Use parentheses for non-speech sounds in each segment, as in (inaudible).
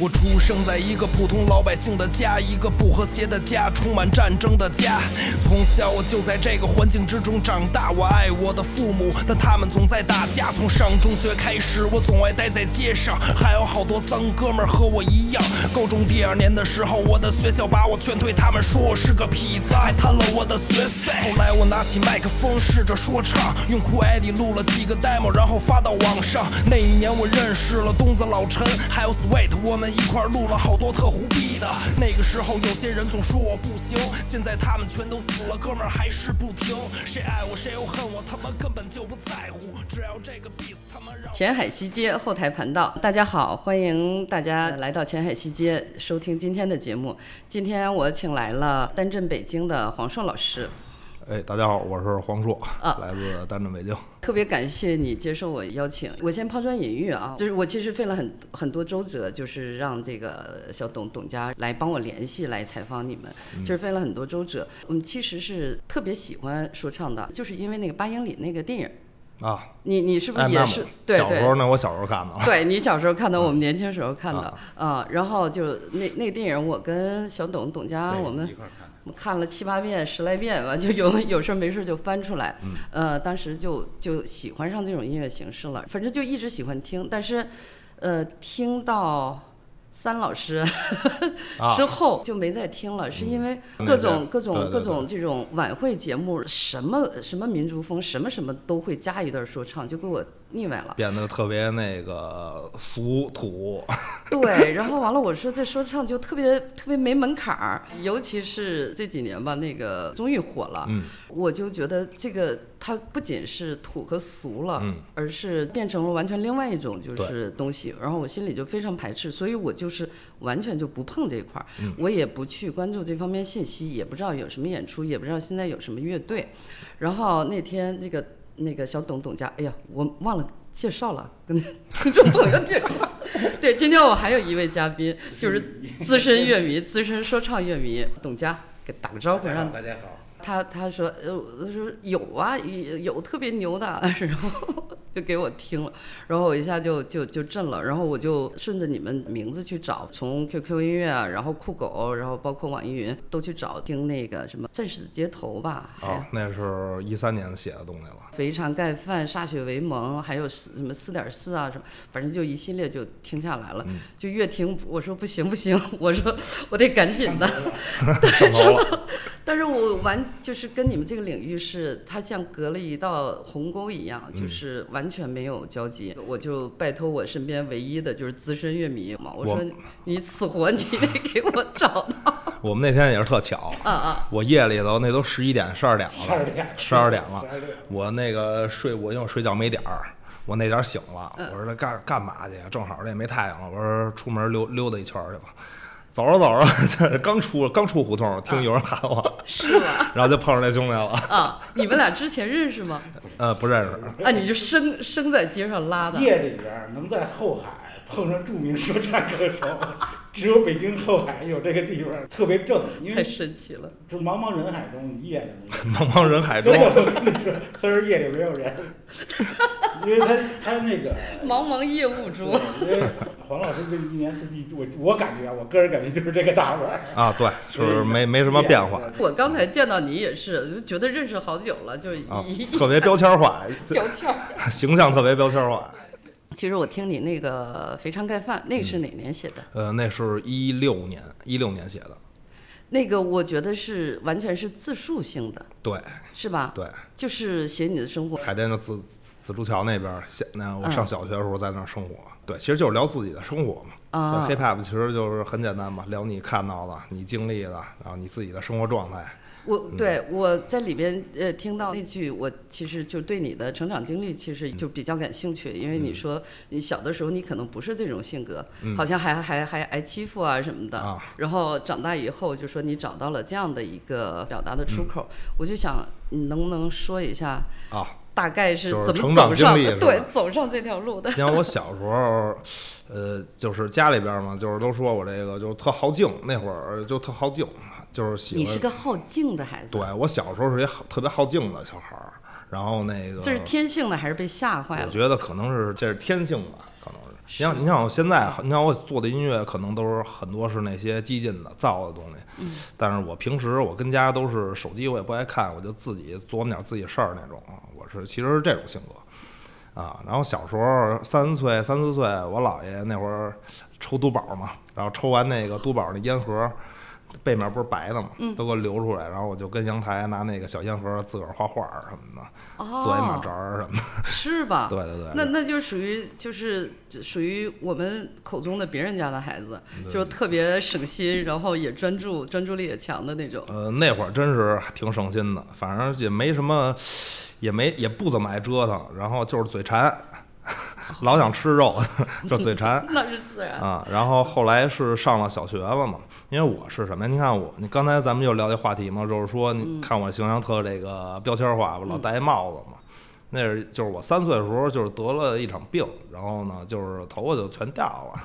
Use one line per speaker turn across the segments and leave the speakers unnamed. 我出生在一个普通老百姓的家，一个不和谐的家，充满战争的家。从小我就在这个环境之中长大，我爱我的父母，但他们总在打架。从上中学开始，我总爱待在街上，还有好多脏哥们儿和我一样。高中第二年的时候，我的学校把我劝退，他们说我是个痞子，还贪了我的学费。后来我拿起麦克风试着说唱，用酷 ID 录了几个 demo，然后发到网上。那一年我认识了东子、老陈，还有 Sweet，我们一块儿录了好多特胡逼的。那个时候有些人总说我不行，现在他们全都死了，哥们儿还是不停。谁爱我谁又恨我，他妈根本就不在乎，只要这个 beat，他妈让。
前海西街后台盘道，大家好，欢迎大家来到前海西街收听今天的节目。今天我请来了丹镇北京的黄硕老师，
哎，大家好，我是黄硕，
啊
(laughs) 来自丹镇北京。
特别感谢你接受我邀请。我先抛砖引玉啊，就是我其实费了很很多周折，就是让这个小董董家来帮我联系来采访你们，
嗯
就是费了很多周折。我们其实是特别喜欢说唱的，就是因为那个八英里那个电影，
啊，
你你是不是
哎
也
那
是
么？
对
小
对
时候呢，我小时候看的。 (laughs)
对你小时候看的，我们年轻时候看的
啊
啊，然后就那那个电影，我跟小董董佳，
对
我们
一块儿看的。
我们看了七八遍、十来遍吧，就 (laughs) 有有事儿没事儿就翻出来。
嗯
呃，当时就就喜欢上这种音乐形式了，反正就一直喜欢听。但是，呃，听到三老师 (laughs)
啊
之，后就没再听了，是因为
嗯
各
对
种各
对
种
对
各
对
种这种晚会节目，什么什么民族风，什么什么都会加一段说唱，就给我腻歪了。
变得特别那个俗土，啊
(laughs) 对，然后完了，我说这说唱就特别特别没门槛儿，尤其是这几年吧，那个综艺火了，
嗯
我就觉得这个它不仅是土和俗了，
嗯
而是变成了完全另外一种就
对
是东西，然后我心里就非常排斥，所以我就是完全就不碰这一块儿，
嗯
我也不去关注这方面信息，也不知道有什么演出，也不知道现在有什么乐队，然后那天这个那个小董董家，哎呀，我忘了介绍了，跟 (laughs) 听众朋友介绍。 (laughs) 对，今天我还有一位嘉宾，就是资深乐迷、资深说唱乐迷董佳，给打个招呼，让
大家好，
他他说呃，我说有啊，有有特别牛的， (laughs) 然后就给我听了，然后我一下就就就震了，然后我就顺着你们名字去找，从 QQ 音乐啊，然后酷狗，然后包括网易云都去找听那个什么《战士街头》吧，还
哦
有
啊，那是一三年写的东西了。
肥肠盖饭、歃血为盟，还有什么四点四啊什么，反正就一系列就听下来
嗯
了，就越听我说不行不行，我说我得赶紧的，
上头了， (laughs)
但是我完就是跟你们这个领域是，它像隔了一道鸿沟一样，
嗯
就是完全没有交集。我就拜托我身边唯一的就是资深乐迷嘛，我
我
说你你死活你得给我找到
我们那天也是特巧，
啊啊！
我夜里头那都十一点、十二点
12点
了，十二点了
12点。
我那个睡，我因为我睡觉没点儿，我那点儿醒了。
嗯
我说干干嘛去呀？啊正好这也没太阳了，我说出门溜溜达一圈儿去吧。走着走着， (laughs) 刚出刚出胡同，
啊
听有人喊我，
是吧？
然后就碰上那兄弟了。
啊，你们俩之前认识吗？
(laughs) 呃，不认识。
啊，你就生生在街上拉的，
夜里边儿能在后海碰上著名说唱歌手，只有北京后海有这个地方，特别正，因
太
为
神奇了。
就茫茫人海中，你夜里没有
茫茫人海中
真，的，我跟你说， (laughs) 虽然夜里没有人，因为他他那个。
茫茫夜雾
对
中，
因为黄老师这一年四季，我我感觉啊，我个人感觉就是这个大腕儿，
啊，对，就
所以
是没没什么变化
夜里边
我刚才见到你也是，就觉得认识好久了，就一、
啊
一，
特别标签化，
(laughs)
这
标签儿。
形象特别标签化。
其实我听你那个《肥肠盖饭》，那个是哪年写的？
呃，那是一六年，一六年写的，
那个我觉得是完全是自述性的，
对
是吧？，
对，
就是写你的生活。
海淀就紫紫竹桥那边儿，现那我
嗯
上小学的时候在那儿生活，对，其实就是聊自己的生活嘛。
啊
这 hiphop 其实就是很简单嘛，聊你看到的、你经历的，然后你自己的生活状态。
我
嗯
对我在里边呃听到那句，我其实就对你的成长经历其实
嗯
就比较感兴趣，因为你说你小的时候你可能不是这种性格，好像还还还挨欺负啊什么的，
嗯啊
然后长大以后就说你找到了这样的一个表达的
嗯
出口，我就想你能不能说一下
啊，
大概是
就是
怎么
成长
走上 (laughs)
经历是吧
对走上这条路的？
因为我小时候，呃，就是家里边儿嘛，就是都说我这个就是特好静，那会儿就特好静，就是喜欢。
你是个好静的孩子，
对我小时候是一好特别好静的小孩儿，然后那个
这是天性的还是被吓坏
我
了？
觉得可能是这是天性吧，可能是你像你像我现在，你像我做的音乐，可能都是很多是那些激进的、造的东西。
嗯
但是我平时我跟家都是手机，我也不爱看，我就自己琢磨点自己事儿那种。我是其实是这种性格啊。然后小时候三岁、三四岁，我姥爷那会儿抽嘟宝嘛，然后抽完那个嘟宝那烟盒。背面不是白的嘛，
嗯
都给我留出来，然后我就跟阳台拿那个小烟盒自个儿画画儿什么的，做一马扎
哦，
儿什么的。
是吧？
对对对
那那就属于就是属于我们口中的别人家的孩子，
嗯
就是特别省心，然后也专注，专注力也强的那种。
呃，那会儿真是挺省心的，反正也没什么，也没也不怎么爱折腾，然后就是嘴馋， (laughs) 老想吃肉， (laughs) 就嘴馋
那是自然。
啊。然后后来是上了小学了嘛，因为我是什么呀？你看我，你刚才咱们又聊这话题嘛，就是说你看我形象特这个标签化，我老戴一帽子嘛。那是就是我三岁的时候，就是得了一场病，然后呢，就是头发就全掉了，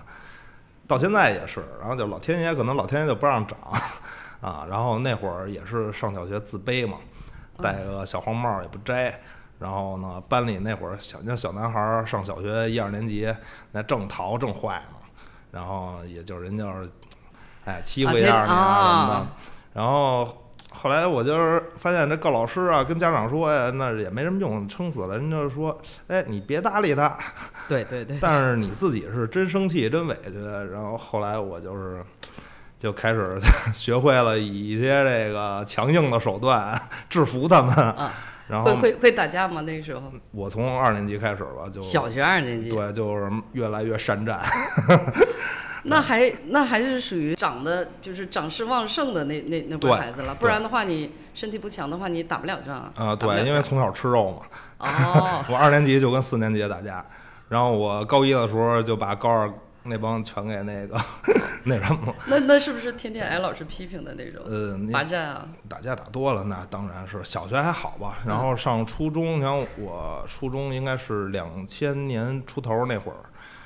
到现在也是，然后就老天爷可能老天爷就不让长，啊，然后那会儿也是上小学自卑嘛，戴个小黄帽也不摘，然后呢，班里那会儿小那小男孩儿上小学一二年级，那正淘正坏呢，然后也就人就是，哎，欺负一下你啊什么的，
啊
然后。后来我就是发现这告老师啊，跟家长说呀，那也没什么用，撑死了。人家就说，哎，你别搭理他，
对对 (laughs) 对，
但是你自己是真生气、真委屈，然后后来我就是就开始学会了以一些这个强硬的手段制服他们。
啊，
然
会
后
会会打架吗？那时候
我从二年级开始吧，就
小学二年级，
对，就是越来越
(laughs)
善战。
那还那还是属于长得就是长势旺盛的那那那波
对
孩子了，不
对
然的话你身体不强的话你打不了仗啊
啊，
打不了
对，因为
仗
从小吃肉嘛，
哦
我二年级就跟四年级打架，然后我高一的时候就把高二那帮全给那个 (laughs) 那什么了。
那那是不是天天挨老师批评的那种？
呃，你
罚站啊，
打架打多了，那当然是小学还好吧。然后上初中，你像我初中应该是两千年出头那会儿，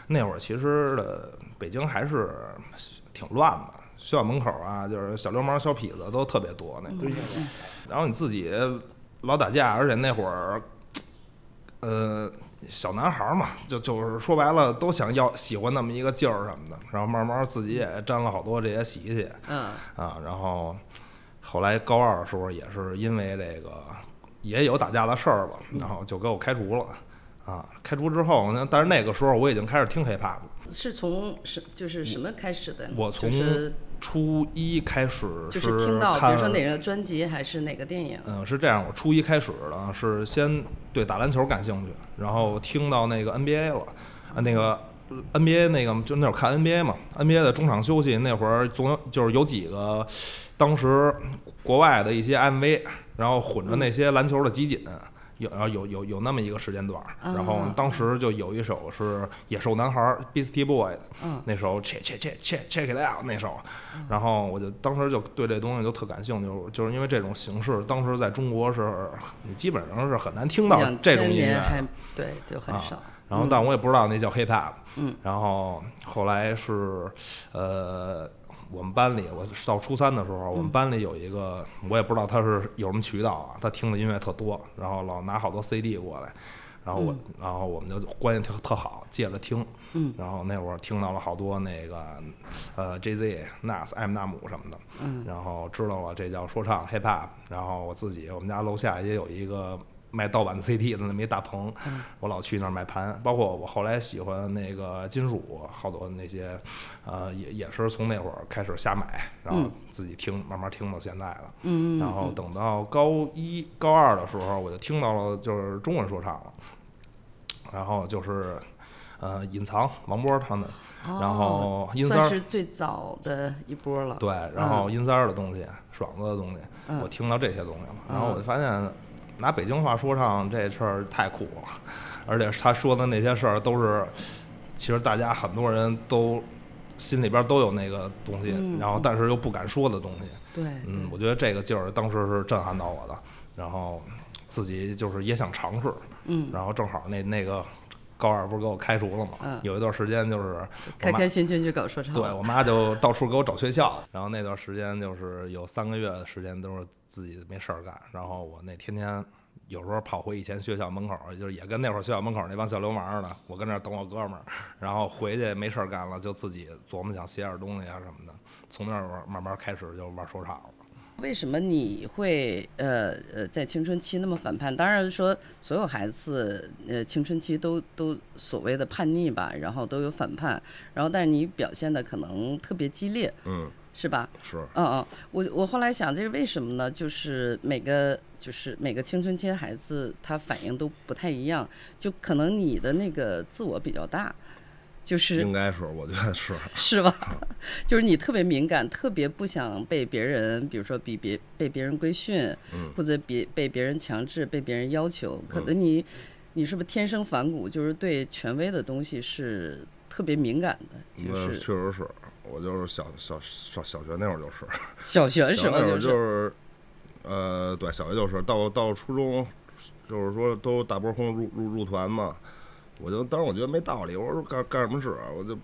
那会儿其实呃北京还是挺乱的，学校门口啊，就是小流氓、小痞子都特别多那会儿。
蹲下来。
然后你自己老打架，而且那会儿，呃，小男孩儿嘛，就就是说白了都想要喜欢那么一个劲儿什么的，然后慢慢自己也沾了好多这些习气。
嗯，
啊，然后后来高二的时候也是因为这个也有打架的事儿吧，然后就给我开除了。啊，开除之后呢，但是那个时候我已经开始听 hiphop 了，
是从什就是什么开始的呢？
我从
就是
初一开始
就是听到，比
看
如说哪个专辑还是哪个电影，
嗯，是这样，我初一开始呢是先对打篮球感兴趣，然后听到那个 NBA 了，啊那个呃 NBA 那个就那会儿看 NBA 嘛，NBA 的中场休息那会儿总有就是有几个当时国外的一些 MV，然后混着那些篮球的集锦。有然后有有有那么一个时间段儿，然后
啊
当时就有一首是《野兽男孩》（Beastie Boys），
嗯，
那首 check check check check check it out 那首，然后我就当时就对这东西就特感兴趣，就是因为这种形式，当时在中国是你基本上是很难听到
两
这种
千
音
年
乐。
还对就很
啊
少。
然后，但我也不知道那叫 hip hop。
嗯。
然后后来是，呃，我们班里，我到初三的时候，我
嗯
们班里有一个，我也不知道他是有什么渠道啊，他听的音乐特多，然后老拿好多 CD 过来，然后我，然后我们就关系特特好，借着听。
嗯。
然后那会儿听到了好多那个，呃，JZ、Nas、艾姆纳姆什么的。
嗯。
然后知道了这叫说唱 hip hop，然后我自己我们家楼下也有一个卖盗版 CD 的那么一大棚，
嗯
我老去那儿买盘，包括我后来喜欢那个金属，好多那些，呃，也也是从那会儿开始瞎买，然后自己听，慢慢听到现在的。
嗯，
然后等到高一、高二的时候，我就听到了就是中文说唱了，然后就是，呃，隐藏王波他们，
哦
然后音三
算
儿
是最早的一波了。
对，然后阴三儿的东西、爽子的东西，
嗯
我听到这些东西了，
嗯
然后我就发现拿北京话说唱这事儿太酷了，而且他说的那些事儿都是，其实大家很多人都心里边儿都有那个东西，
嗯
然后但是又不敢说的东西，
对，
嗯，我觉得这个劲儿当时是震撼到我的，然后自己就是也想尝试，
嗯，
然后正好那那个高二不是给我开除了嘛，
嗯
有一段时间就是我
开
妈
开心心去搞说唱。
对我妈就到处给我找学校，然后那段时间就是有三个月的时间都是自己没事儿干，然后我那天天
有时候跑回以前学校门口，就是也跟那会儿学校门口那帮小流氓似的，我跟那儿等我哥们儿，然后回去没事儿干了，就自己琢磨想写点东西啊什么的，从那儿慢慢开始就玩说唱了。
为什么你会呃呃在青春期那么反叛？当然说所有孩子呃青春期都都所谓的叛逆吧，然后都有反叛，然后但是你表现的可能特别激烈，
嗯，
是吧？
是，
嗯嗯，我我后来想这是为什么呢？就是每个就是每个青春期的孩子他反应都不太一样，就可能你的那个自我比较大，就是
该是，我觉得
(laughs)
是。
是吧？
嗯
(laughs) 就是你特别敏感，特别不想被别人，比如说比别被别人规训，
嗯
或者别被别人强制、被别人要求。可能你，你是不是天生反骨？就是对权威的东西是特别敏感的，就
那
是
嗯呃确实是我就是小小小小学那会儿就是，
小学时
小
候
那会儿
是
是，呃，对，小学就是到到初中，就是说都大波轰入入入团嘛，我就当时我觉得没道理，我说干干什么事啊？我就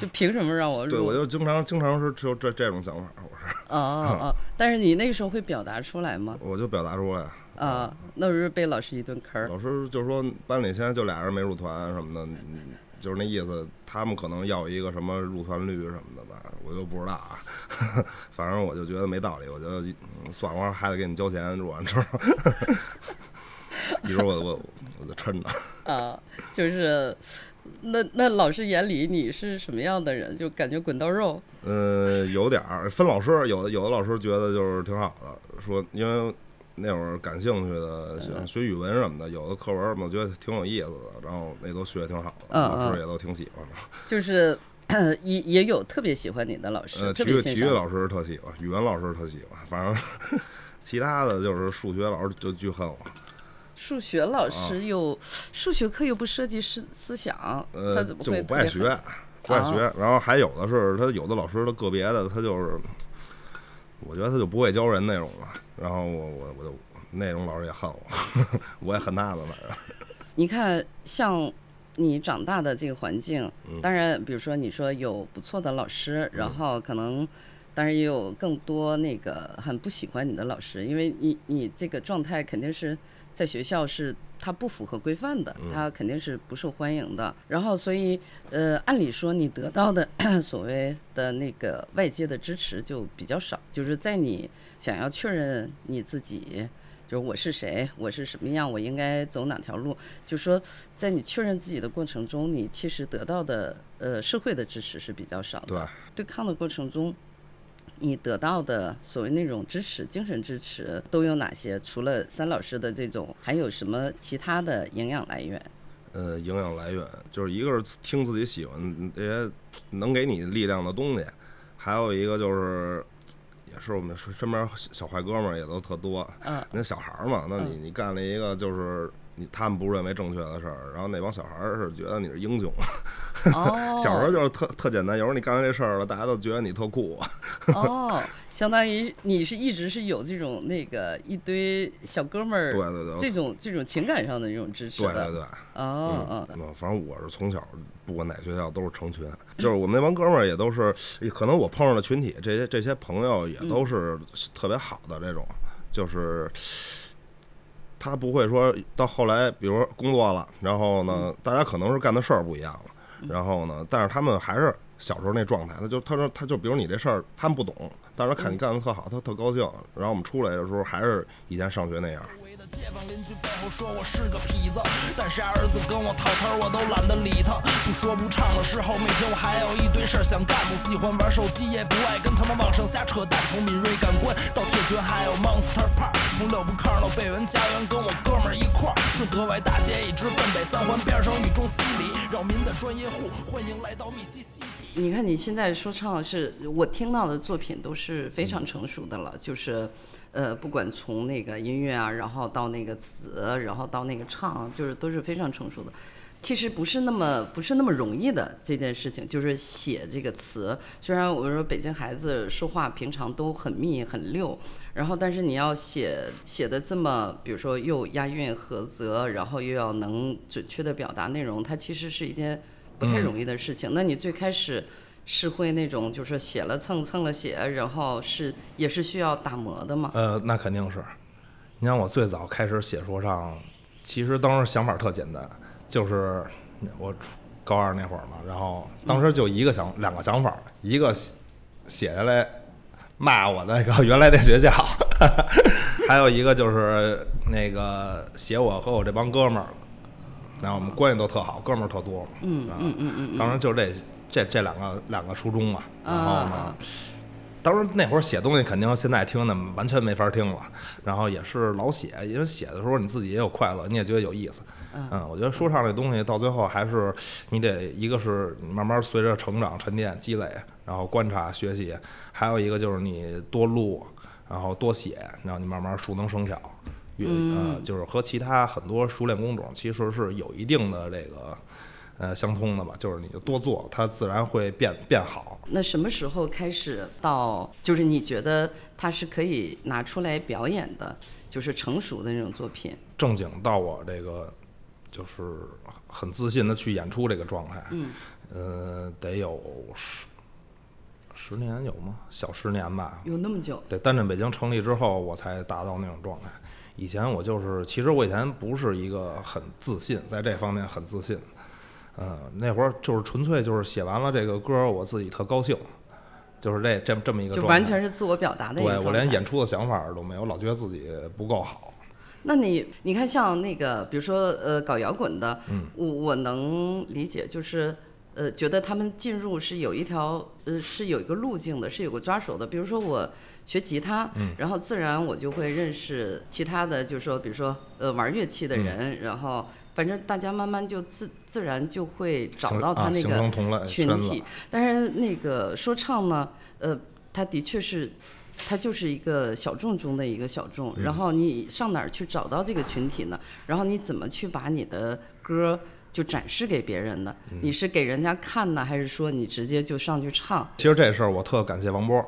就凭什么让我入？
对我就经常经常是就这这种想法，我是
哦哦哦！但是你那个时候会表达出来
(laughs)
吗？
我就表达出来，
啊，那不是被老师一顿坑儿？
老师就说班里现在就俩人没入团什么的，嗯就是那意思，他们可能要一个什么入团率什么的吧，我就不知道啊。 (laughs) 反正我就觉得没道理，我就嗯算了，我说还得给你们交钱入完之后， (laughs) 一会儿我我我就抻着。
啊，就是，那那老师眼里你是什么样的人？就感觉滚刀肉。
呃，有点儿分老师，有的有的老师觉得就是挺好的，说因为那会儿感兴趣的，
嗯
像学语文什么的，有的课文儿嘛，我觉得挺有意思的，然后那都学得挺好的，
嗯
老
嗯
师也都挺喜欢的。
就是 (clears throat) 呃也也有特别喜欢你的老师，
呃，
特
体
别
育
欣
体育
赏。
老师特喜欢，语文老师特喜欢，反正 (laughs) 其他的就是数学老师就巨恨我。
数学老师又、数学课又不涉及思思想，他
啊呃，
怎么
就
会
我
特
不
别
爱
好
学，不爱
啊
学。然后还有的是他有的老师他个别的他就是，我觉得他就不会教人那种了。然后我我我就那种老师也恨我， (laughs) 我也恨他们，反正
你看，像你长大的这个环境，
嗯
当然，比如说你说有不错的老师，然后可能，当然也有更多那个很不喜欢你的老师，因为你你这个状态肯定是在学校是他不符合规范的，他肯定是不受欢迎的。然后，所以呃，按理说你得到的 (coughs) 所谓的那个外界的支持就比较少，就是在你想要确认你自己。就是我是谁，我是什么样，我应该走哪条路，就说在你确认自己的过程中，你其实得到的呃社会的支持是比较少的。对
对。
抗的过程中，你得到的所谓那种支持、精神支持都有哪些？除了三老师的这种，还有什么其他的营养来源？
呃，营养来源就是一个是听自己喜欢这些能给你力量的东西，还有一个就是，也是我们身身边小小坏哥们儿也都特多。
嗯
那小孩儿嘛，那你你干了一个就是你他们不认为正确的事儿，然后那帮小孩儿是觉得你是英雄。
哦
(laughs) 小时候就是特特简单，有时候你干完这事儿了，大家都觉得你特酷。
哦，相当于你是一直是有这种那个一堆小哥们儿，
对对对
这种这种情感上的这种支持
对
的。
对对。
哦哦，
嗯，反正我是从小不管哪学校都是成群，就是我们那帮哥们儿也都是，可能我碰上的群体，这些这些朋友也都是特别好的这种，就是他不会说到后来，比如说工作了，然后呢，大家可能是干的事儿不一样了，然后呢，但是他们还是。小时候那状态，他就他说他就比如你这事儿他们不懂，但是他看你干的特好，他特高兴。然后我们出来的时候还是以前上学那样，
周围的街坊邻居背后说我是个痞子，但是儿子跟我套词儿我都懒得理他。不说不唱的时候，每天我还有一堆事儿想干，不喜欢玩手机，也不爱跟他们往上瞎扯淡。从敏锐感官到铁拳，还有 Monster Park，从廖布康到贝文家园，跟我哥们儿一块儿，顺德外大街一直奔北三环边上，雨中洗礼，扰民的专业户，欢迎来到密西西比。
你看你现在说唱是我听到的作品都是非常成熟的了，就是，呃，不管从那个音乐啊，然后到那个词，然后到那个唱，就是都是非常成熟的。其实不是那么不是那么容易的这件事情，就是写这个词。虽然我说北京孩子说话平常都很密很溜，然后但是你要写写的这么，比如说又押韵合则，然后又要能准确的表达内容，它其实是一件不
嗯
太容易的事情。那你最开始是会那种就是写了蹭蹭了写，然后是也是需要打磨的嘛？
呃，那肯定是，
你像我最早开始写说唱，其实当时想法特简单，就是我初高二那会儿嘛，然后当时就一个想、两个想法，一个写写下来骂我那个原来那学校， (laughs) 还有一个就是那个写我和我这帮哥们儿，然后我们关系都特好，哥们儿特多嘛，嗯嗯嗯嗯，当时就这这这两个两个初衷嘛，然后呢。
啊
当时那会儿写东西，肯定现在听的完全没法听了。然后也是老写，因为写的时候你自己也有快乐，你也觉得有意思。嗯，我觉得说唱这东西到最后还是你得一个是你慢慢随着成长、沉淀、积累，然后观察、学习；还有一个就是你多录，然后多写，然后你慢慢熟能生巧。越呃，就是和其他很多熟练工种其实是有一定的这个呃相通的吧，就是你就多做，它自然会变变好。
那什么时候开始到就是你觉得它是可以拿出来表演的，就是成熟的那种作品？
正经到我这个就是很自信的去演出这个状态，嗯，呃，得有十十年有吗？小十年吧。
有那么久？
得单镇北京成立之后，我才达到那种状态。以前我就是，其实我以前不是一个很自信，在这方面很自信。嗯、那会儿就是纯粹就是写完了这个歌，我自己特高兴，就是这这这么一个
就
状态。
完全是自我表达的一个
对
状态。
我连演出的想法都没有，老觉得自己不够好。
那你你看，像那个，比如说呃，搞摇滚的，
嗯
我我能理解，就是呃，觉得他们进入是有一条呃，是有一个路径的，是有个抓手的。比如说我学吉他，
嗯
然后自然我就会认识其他的，就是说，比如说呃，玩乐器的
嗯
人，然后反正大家慢慢就自自然就会找
形
到他
啊
那
形
个
成同类
群
圈子
体。但是那个说唱呢，呃，它的确是，它就是一个小众中的一个小众。
嗯
然后你上哪儿去找到这个群体呢？然后你怎么去把你的歌就展示给别人呢？
嗯
你是给人家看呢，还是说你直接就上去唱？
其实这事儿我特感谢王波儿，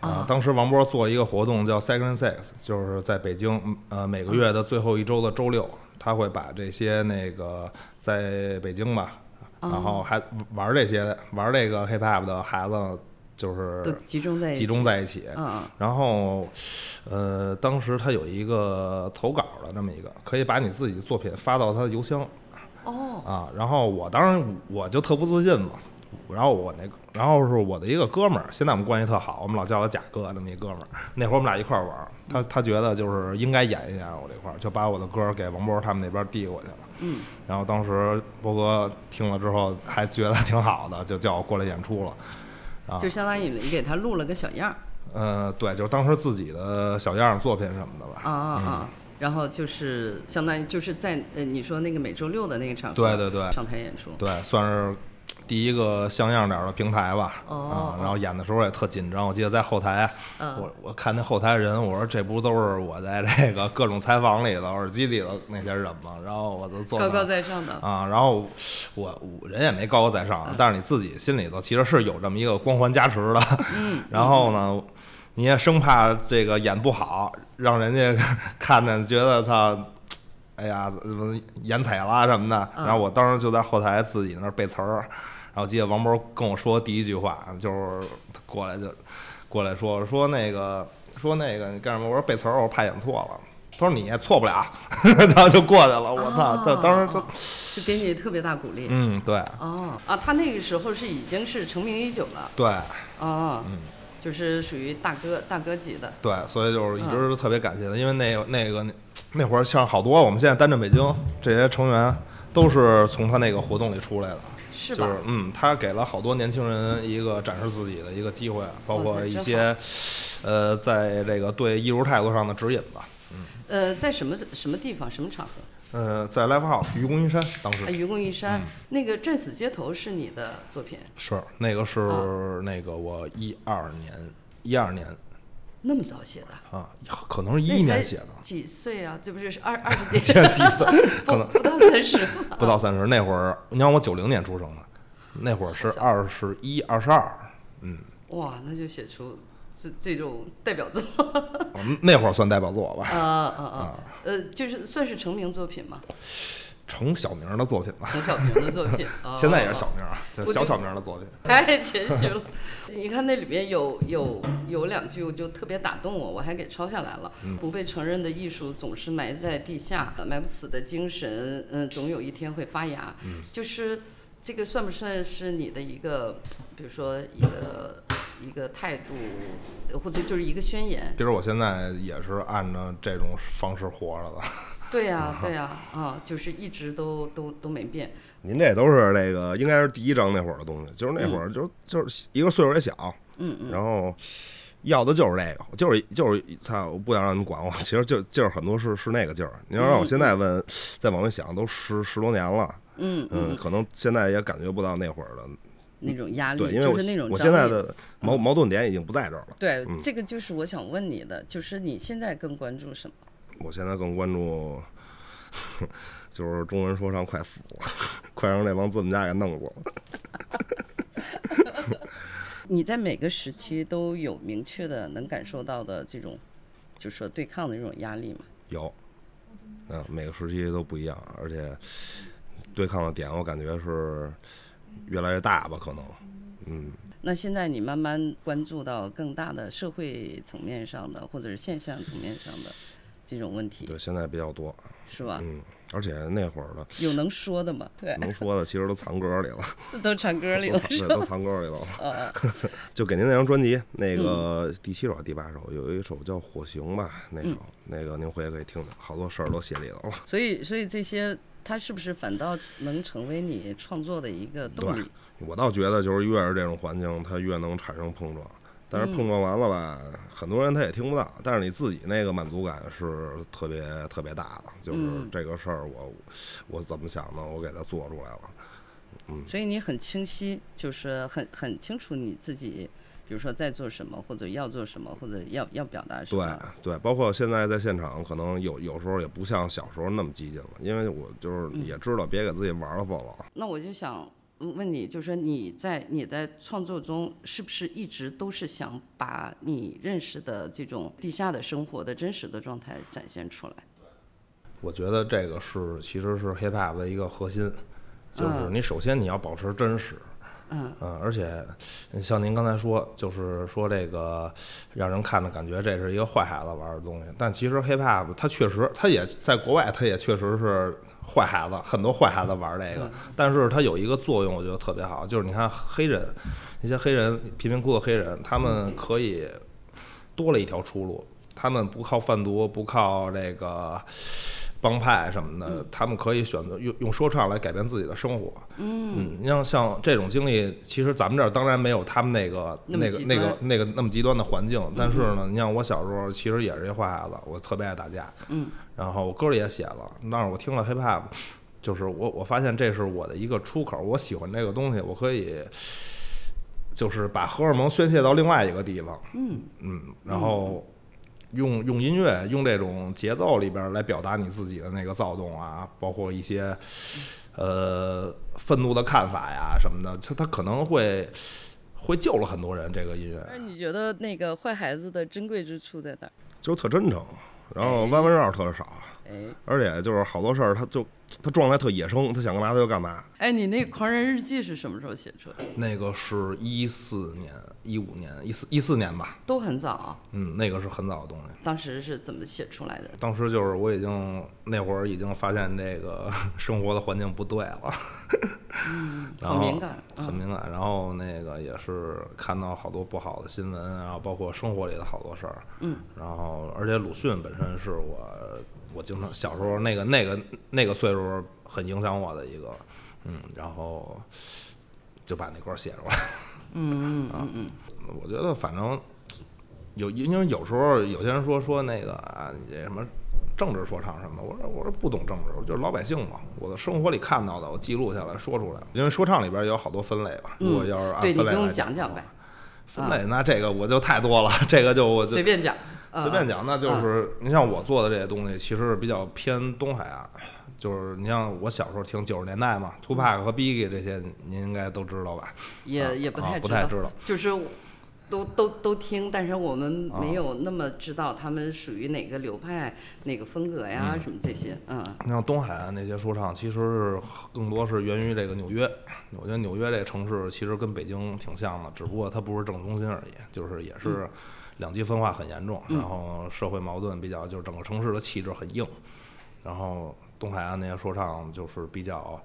啊、当时王波儿做一个活动叫 Second Six，就是在北京，嗯呃，每个月的最后一周的周六，他会把这些那个在北京吧，然后还玩儿这些玩儿这个 hip hop 的孩子，就
都
是
集中在一起
集中在一起，
嗯
然后，呃，当时他有一个投稿的那么一个，可以把你自己的作品发到他的邮箱。哦。啊，然后我当然我就特不自信嘛，然后我那个，然后是我的一个哥们儿，现在我们关系特好，我们老叫他贾哥，那么一哥们儿。那会儿我们俩一块儿玩儿，他他觉得就是应该演一演我这块儿，就把我的歌儿给王波他们那边递过去了。嗯。然后当时波哥听了之后还觉得挺好的，就叫我过来演出了。啊
就相当于你给他录了个小样儿。
呃，对，就是当时自己的小样儿作品什么的吧。
啊啊啊！
嗯
然后就是相当于就是在呃你说那个每周六的那个场合，
对对对
上台演出。
对，算是第一个像样点儿的平台吧。
哦
啊，然后演的时候也特紧张，我记得在后台，
嗯
我我看那后台人，我说这不都是我在这个各种采访里头、耳机里头那些人吗？然后我就坐
高
那
高
儿
在上的，
啊，然后我我人也没高高在上，
嗯
但是你自己心里头其实是有这么一个光环加持的。嗯，然后呢，你也生怕这个演不好，让人家 (laughs) 看着觉得他。哎呀，怎么演彩啦什么的，然后我当时就在后台自己那儿背词儿，然后记得王波跟我说第一句话就是他过来就过来说说那个说那个你干什么？我说背词儿，我怕演错了。他说你也错不了， (laughs) 然后就过去了。我操！他当时就
就给你特别大鼓励。
嗯，对
哦啊，他那个时候是已经是成名已久了，
对
哦，
嗯
就是属于大哥大哥级的，
对，所以就是一
嗯
直特别感谢他，因为那个那个那会儿像好多我们现在单镇北京这些成员都是从他那个活动里出来的，
是
就
吧？
是嗯，他给了好多年轻人一个展示自己的一个机会，包
哇
括
塞
一
真
些呃在这个对艺术态度上的指引吧。
呃，在什么什么地方什么场合？
呃，在 Live House 愚公移山当时
啊，愚公移山、
嗯
那个《战死街头》是你的作品，
是那个
啊
是那个我一二年一二年
那么早写的？
啊，可能是
那
一一
才
年写的。
几岁啊？这不是是
(laughs)
二二十几
这几岁可
不
能
不到三十 (laughs) 吧。
不到三十那会儿，你像我九零年出生的，那会儿是二十一、二十二，嗯，
哇，那就写出这这种代表
(laughs)
作，
我们那会儿算代表作吧。啊
嗯啊啊啊！呃，就是算是成名作品嘛。
程小明的作品吧，
陈小平的作
(laughs)
品，哦
现在也是小明啊，
我
就
这
小小明的作品。
太谦虚了。 (laughs) 你看那里面有有有两句，我就特别打动我，我还给抄下来了。
嗯
不被承认的艺术总是埋在地下，呃埋不死的精神，嗯，总有一天会发芽。
嗯
就是这个算不算是你的一个，比如说一个一个态度，或者就是一个宣言？
其实我现在也是按照这种方式活着的。
对呀、对呀、啊，就是一直都都都没变。
您这都是那个应该是第一章那会儿的东西，就是那会儿就是、就是一个岁数也小，
嗯嗯，
然后要的就是这个，就是就是操，我不想让你们管我，其实就劲儿很多是是那个劲儿。你要让我现在问，再往回想，都十十多年了，
嗯
嗯，可能现在也感觉不到那会儿的，
那种压力，
对，因为
就是那
我
种嗯
我
张
现在
力
的矛矛盾点已经不在这儿了，
对，
嗯
这个就是我想问你的，就是你现在更关注什么？
我现在更关注。 (laughs) 就是中文说唱快死了， (laughs) 快让这帮资本家给弄死了。
你在每个时期都有明确的能感受到的这种，就是说对抗的这种压力嘛？
有，嗯，每个时期都不一样，而且对抗的点我感觉是越来越大吧，可能，嗯，
那现在你慢慢关注到更大的社会层面上的，或者是现象层面上的这种问题，
对，现在比较多，
是吧？
嗯，而且那会儿的
有能说的吗？ (laughs) 对，
能说的其实都藏歌里了，
都唱歌里
都 (laughs)
了
藏
是
对，
吧？
都藏歌里了。 (laughs)
呃，
就给您那张专辑，那个第七首、第八首有一首叫《火刑》吧，那首、那个您回去可以听听，好多事儿都写里头了。
所以所以这些，它是不是反倒能成为你创作的一个动
对
力？
我倒觉得就是越是这种环境，它越能产生碰撞。但是碰撞完了吧，很多人他也听不到，但是你自己那个满足感是特别特别大的，就是
嗯
这个事儿我我怎么想的，我给它做出来了。
所以你很清晰，就是很很清楚你自己，比如说在做什么，或者要做什么，或者要要表达什
对
么。
对，包括现在在现场，可能有有时候也不像小时候那么激进了，因为我就是也知道别给自己玩了疯了。
那我就想问你，就是说你在你在创作中，是不是一直都是想把你认识的这种地下的生活的真实的状态展现出来？
我觉得这个是其实是 hip hop 的一个核心，就是
嗯
你首先你要保持真实。啊
嗯
而且像您刚才说，就是说这个让人看着感觉这是一个坏孩子玩的东西，但其实 hip hop 它确实，它也在国外，它也确实是坏孩子，很多坏孩子玩这
嗯
个，但是它有一个作用，我觉得特别好，就是你看黑人，那些黑人贫民窟的黑人，他们可以多了一条出路，他们不靠贩毒，不靠这个帮派什么
嗯
的，他们可以选择用用说唱来改变自己的生活。嗯，你像像这种经历，其实咱们这儿当然没有他们那个
那么
那个
极
那个
端嗯
那个那么极端的环境，但是呢，你像我小时候其实也是一坏孩子，我特别爱打架，
嗯，
然后我歌里也写了，但是我听了 hiphop，就是我我发现这是我的一个出口，我喜欢这个东西，我可以。就是把荷尔蒙宣泄到另外一个地方，
嗯
嗯，然后用用音乐，用这种节奏里边儿来表达你自己的那个躁动啊，包括一些呃愤怒的看法呀什么的，它它可能会会救了很多人。这个音乐，
那你觉得那个坏孩子的珍贵之处在哪儿？
就特真诚，然后弯弯绕特少，
哎
而且就是好多事儿，他就他状态特野生，他想干嘛他就干嘛。
哎，你那《狂人日记》是什么时候写出来的？
那个是一四年、一五年、一四一四年吧，
都很早啊，
嗯，那个是很早的东西。
当时是怎么写出来的？
当时就是我已经那会儿已经发现这个 (laughs) 生活的环境不对了，然
好
后
敏感嗯
很敏感。然后那个也是看到好多不好的新闻，然后包括生活里的好多事儿。
嗯，
然后而且鲁迅本身是我我经常小时候那个那个那个岁数很影响我的一个，嗯，然后就把那歌写出来。
嗯嗯
啊
嗯嗯，
我觉得反正有，因为有时候有些人说说那个啊，你这什么政治说唱什么的，我说我说不懂政治，我就是老百姓嘛，我的生活里看到的，我记录下来说出来。因为说唱里边也有好多分类吧，如果要是按
嗯对
分
你
类
不用
来
讲
讲
讲呗，
分类，那这个我就太多了，这个就我就
随便讲，嗯
随便。讲，那就是你像我做的这些东西，其实是比较偏东海岸。就是你像我小时候听九十年代嘛，Tupac 和 Biggie 这些，您应该都知道吧？
嗯也
啊
也不
啊
太
不太知道
就是都都都听，但是我们
啊
没有那么知道他们属于哪个流派、哪个风格呀、什么这些。嗯，
你像东海岸那些说唱，其实是更多是源于这个纽约。我觉得纽约这城市其实跟北京挺像的，只不过它不是正中心而已，就是也是两极分化很严重，然后社会矛盾比较，就是整个城市的气质很硬。然后东海岸那些说唱就是比较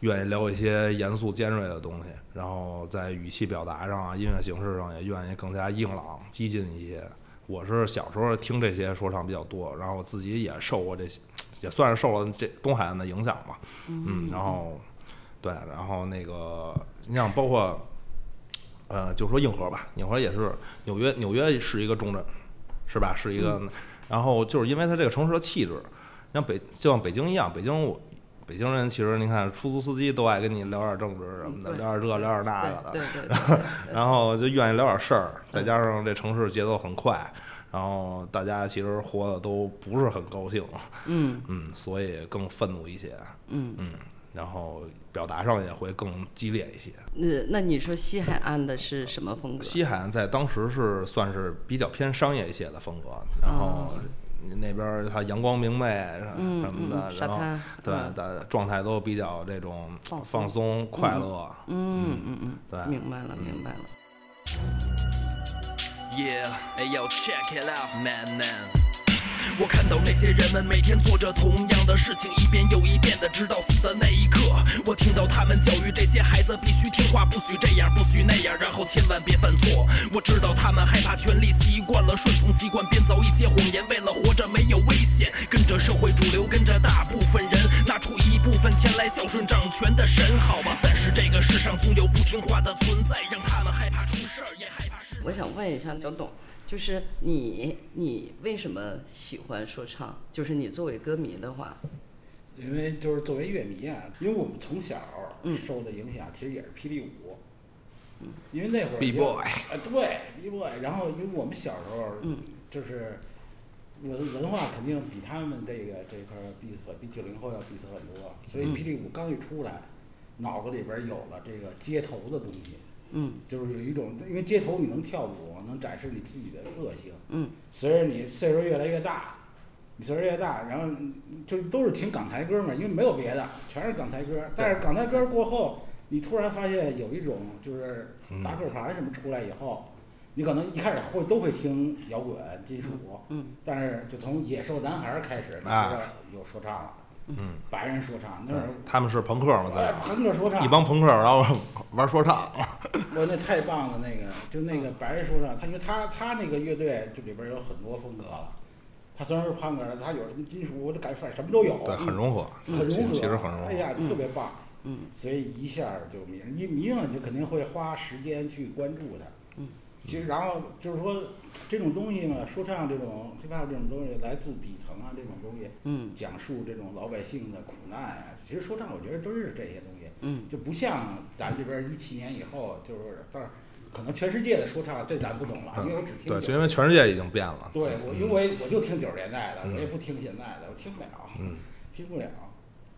愿意聊一些严肃尖锐的东西，然后在语气表达上啊、音乐形式上也愿意更加硬朗、激进一些。我是小时候听这些说唱比较多，然后我自己也受过这些，也算是受了这东海岸的影响吧。嗯，然后对，然后那个你像包括呃，就说硬核吧，硬核也是纽约，纽约是一个重镇，是吧？是一个，
嗯
然后就是因为它这个城市的气质，像北就像北京一样，北京我北京人其实你看出租司机都爱跟你聊点政治什么的，
嗯对
聊点这聊点那个的，
对对对对，
然后就愿意聊点事儿，再加上这城市节奏很快，然后大家其实活的都不是很高兴，
嗯
嗯，所以更愤怒一些，
嗯。
嗯，然后表达上也会更激烈一些。
呃那那你说西海岸的是什么风格？
西海岸在当时是算是比较偏商业一些的风格，然后那边儿它阳光明媚
哦嗯
什么
嗯
的，
嗯
然后
沙滩
对
嗯
的状态都比较这种
放松
放松快乐，
嗯嗯嗯，
对
明白了明白了。
Yeah, hey yo, check it out, man, man. 我看到那些人们每天做着同样的事情，一遍又一遍的，直到死的那一刻。我听到他们教育这些孩子必须听话，不许这样，不许那样，然后千万别犯错。我知道他们害怕权力，习惯了顺从，习惯编造一些谎言，为了活着没有危险，跟着社会主流，跟着大部分人，拿出一部分钱来孝顺掌权的神，好吗？但是这个世上总有不听话的存在，让他们害怕出事儿，也害怕失败。
我想问一下小董，就是你你为什么喜欢说唱？就是你作为歌迷的话，
因为就是作为乐迷啊，因为我们从小受的影响其实也是霹雳舞，因为那会儿
B
也
boy
啊对 B boy，然后因为我们小时候
嗯
就是文文化肯定比他们这个这块儿闭塞，比九零后要闭塞很多，所以
嗯
霹雳舞刚一出来，脑子里边儿有了这个街头的东西，
嗯
就是有一种因为街头你能跳舞，能展示你自己的个性，
嗯
随着你岁数越来越大，你岁数越大，然后就都是听港台歌嘛，因为没有别的，全是港台歌。但是港台歌过后，你突然发现有一种就是
嗯
大个盘什么出来以后，你可能一开始会都会听摇滚、金属，
嗯
但是就从野兽男孩儿开始，你知道有说唱了，
啊嗯，
白人说唱那
对
会儿
他们是朋克嘛，
哎，
在
横着说
嗯
唱，
一帮朋克，然后玩说唱，
我那太棒了，那个就那
嗯
个白人说唱，他因为他他那个乐队就里边有很多风格了，他虽然是胖哥，他有什么金属的感觉，什么都有，
对，很融合，
嗯很
其
融合，
其实很融
哎
合。
呀，特别棒，
嗯，
所以一下就迷上，你迷上了你就肯定会花时间去关注它，
嗯，
其实然后就是说这种东西嘛，说唱这种 hiphop 这种东西来自底层啊，这种东西
嗯
讲述这种老百姓的苦难啊，其实说唱我觉得真是这些东西，
嗯
就不像咱这边一七年以后，就是当然可能全世界的说唱这咱不懂了，因为我只听
嗯对，就
九。
因为全世界已经变了。
对，我因为我也我就听九十年代的，
嗯
我也不听现在的，我听不了，
嗯
听不了，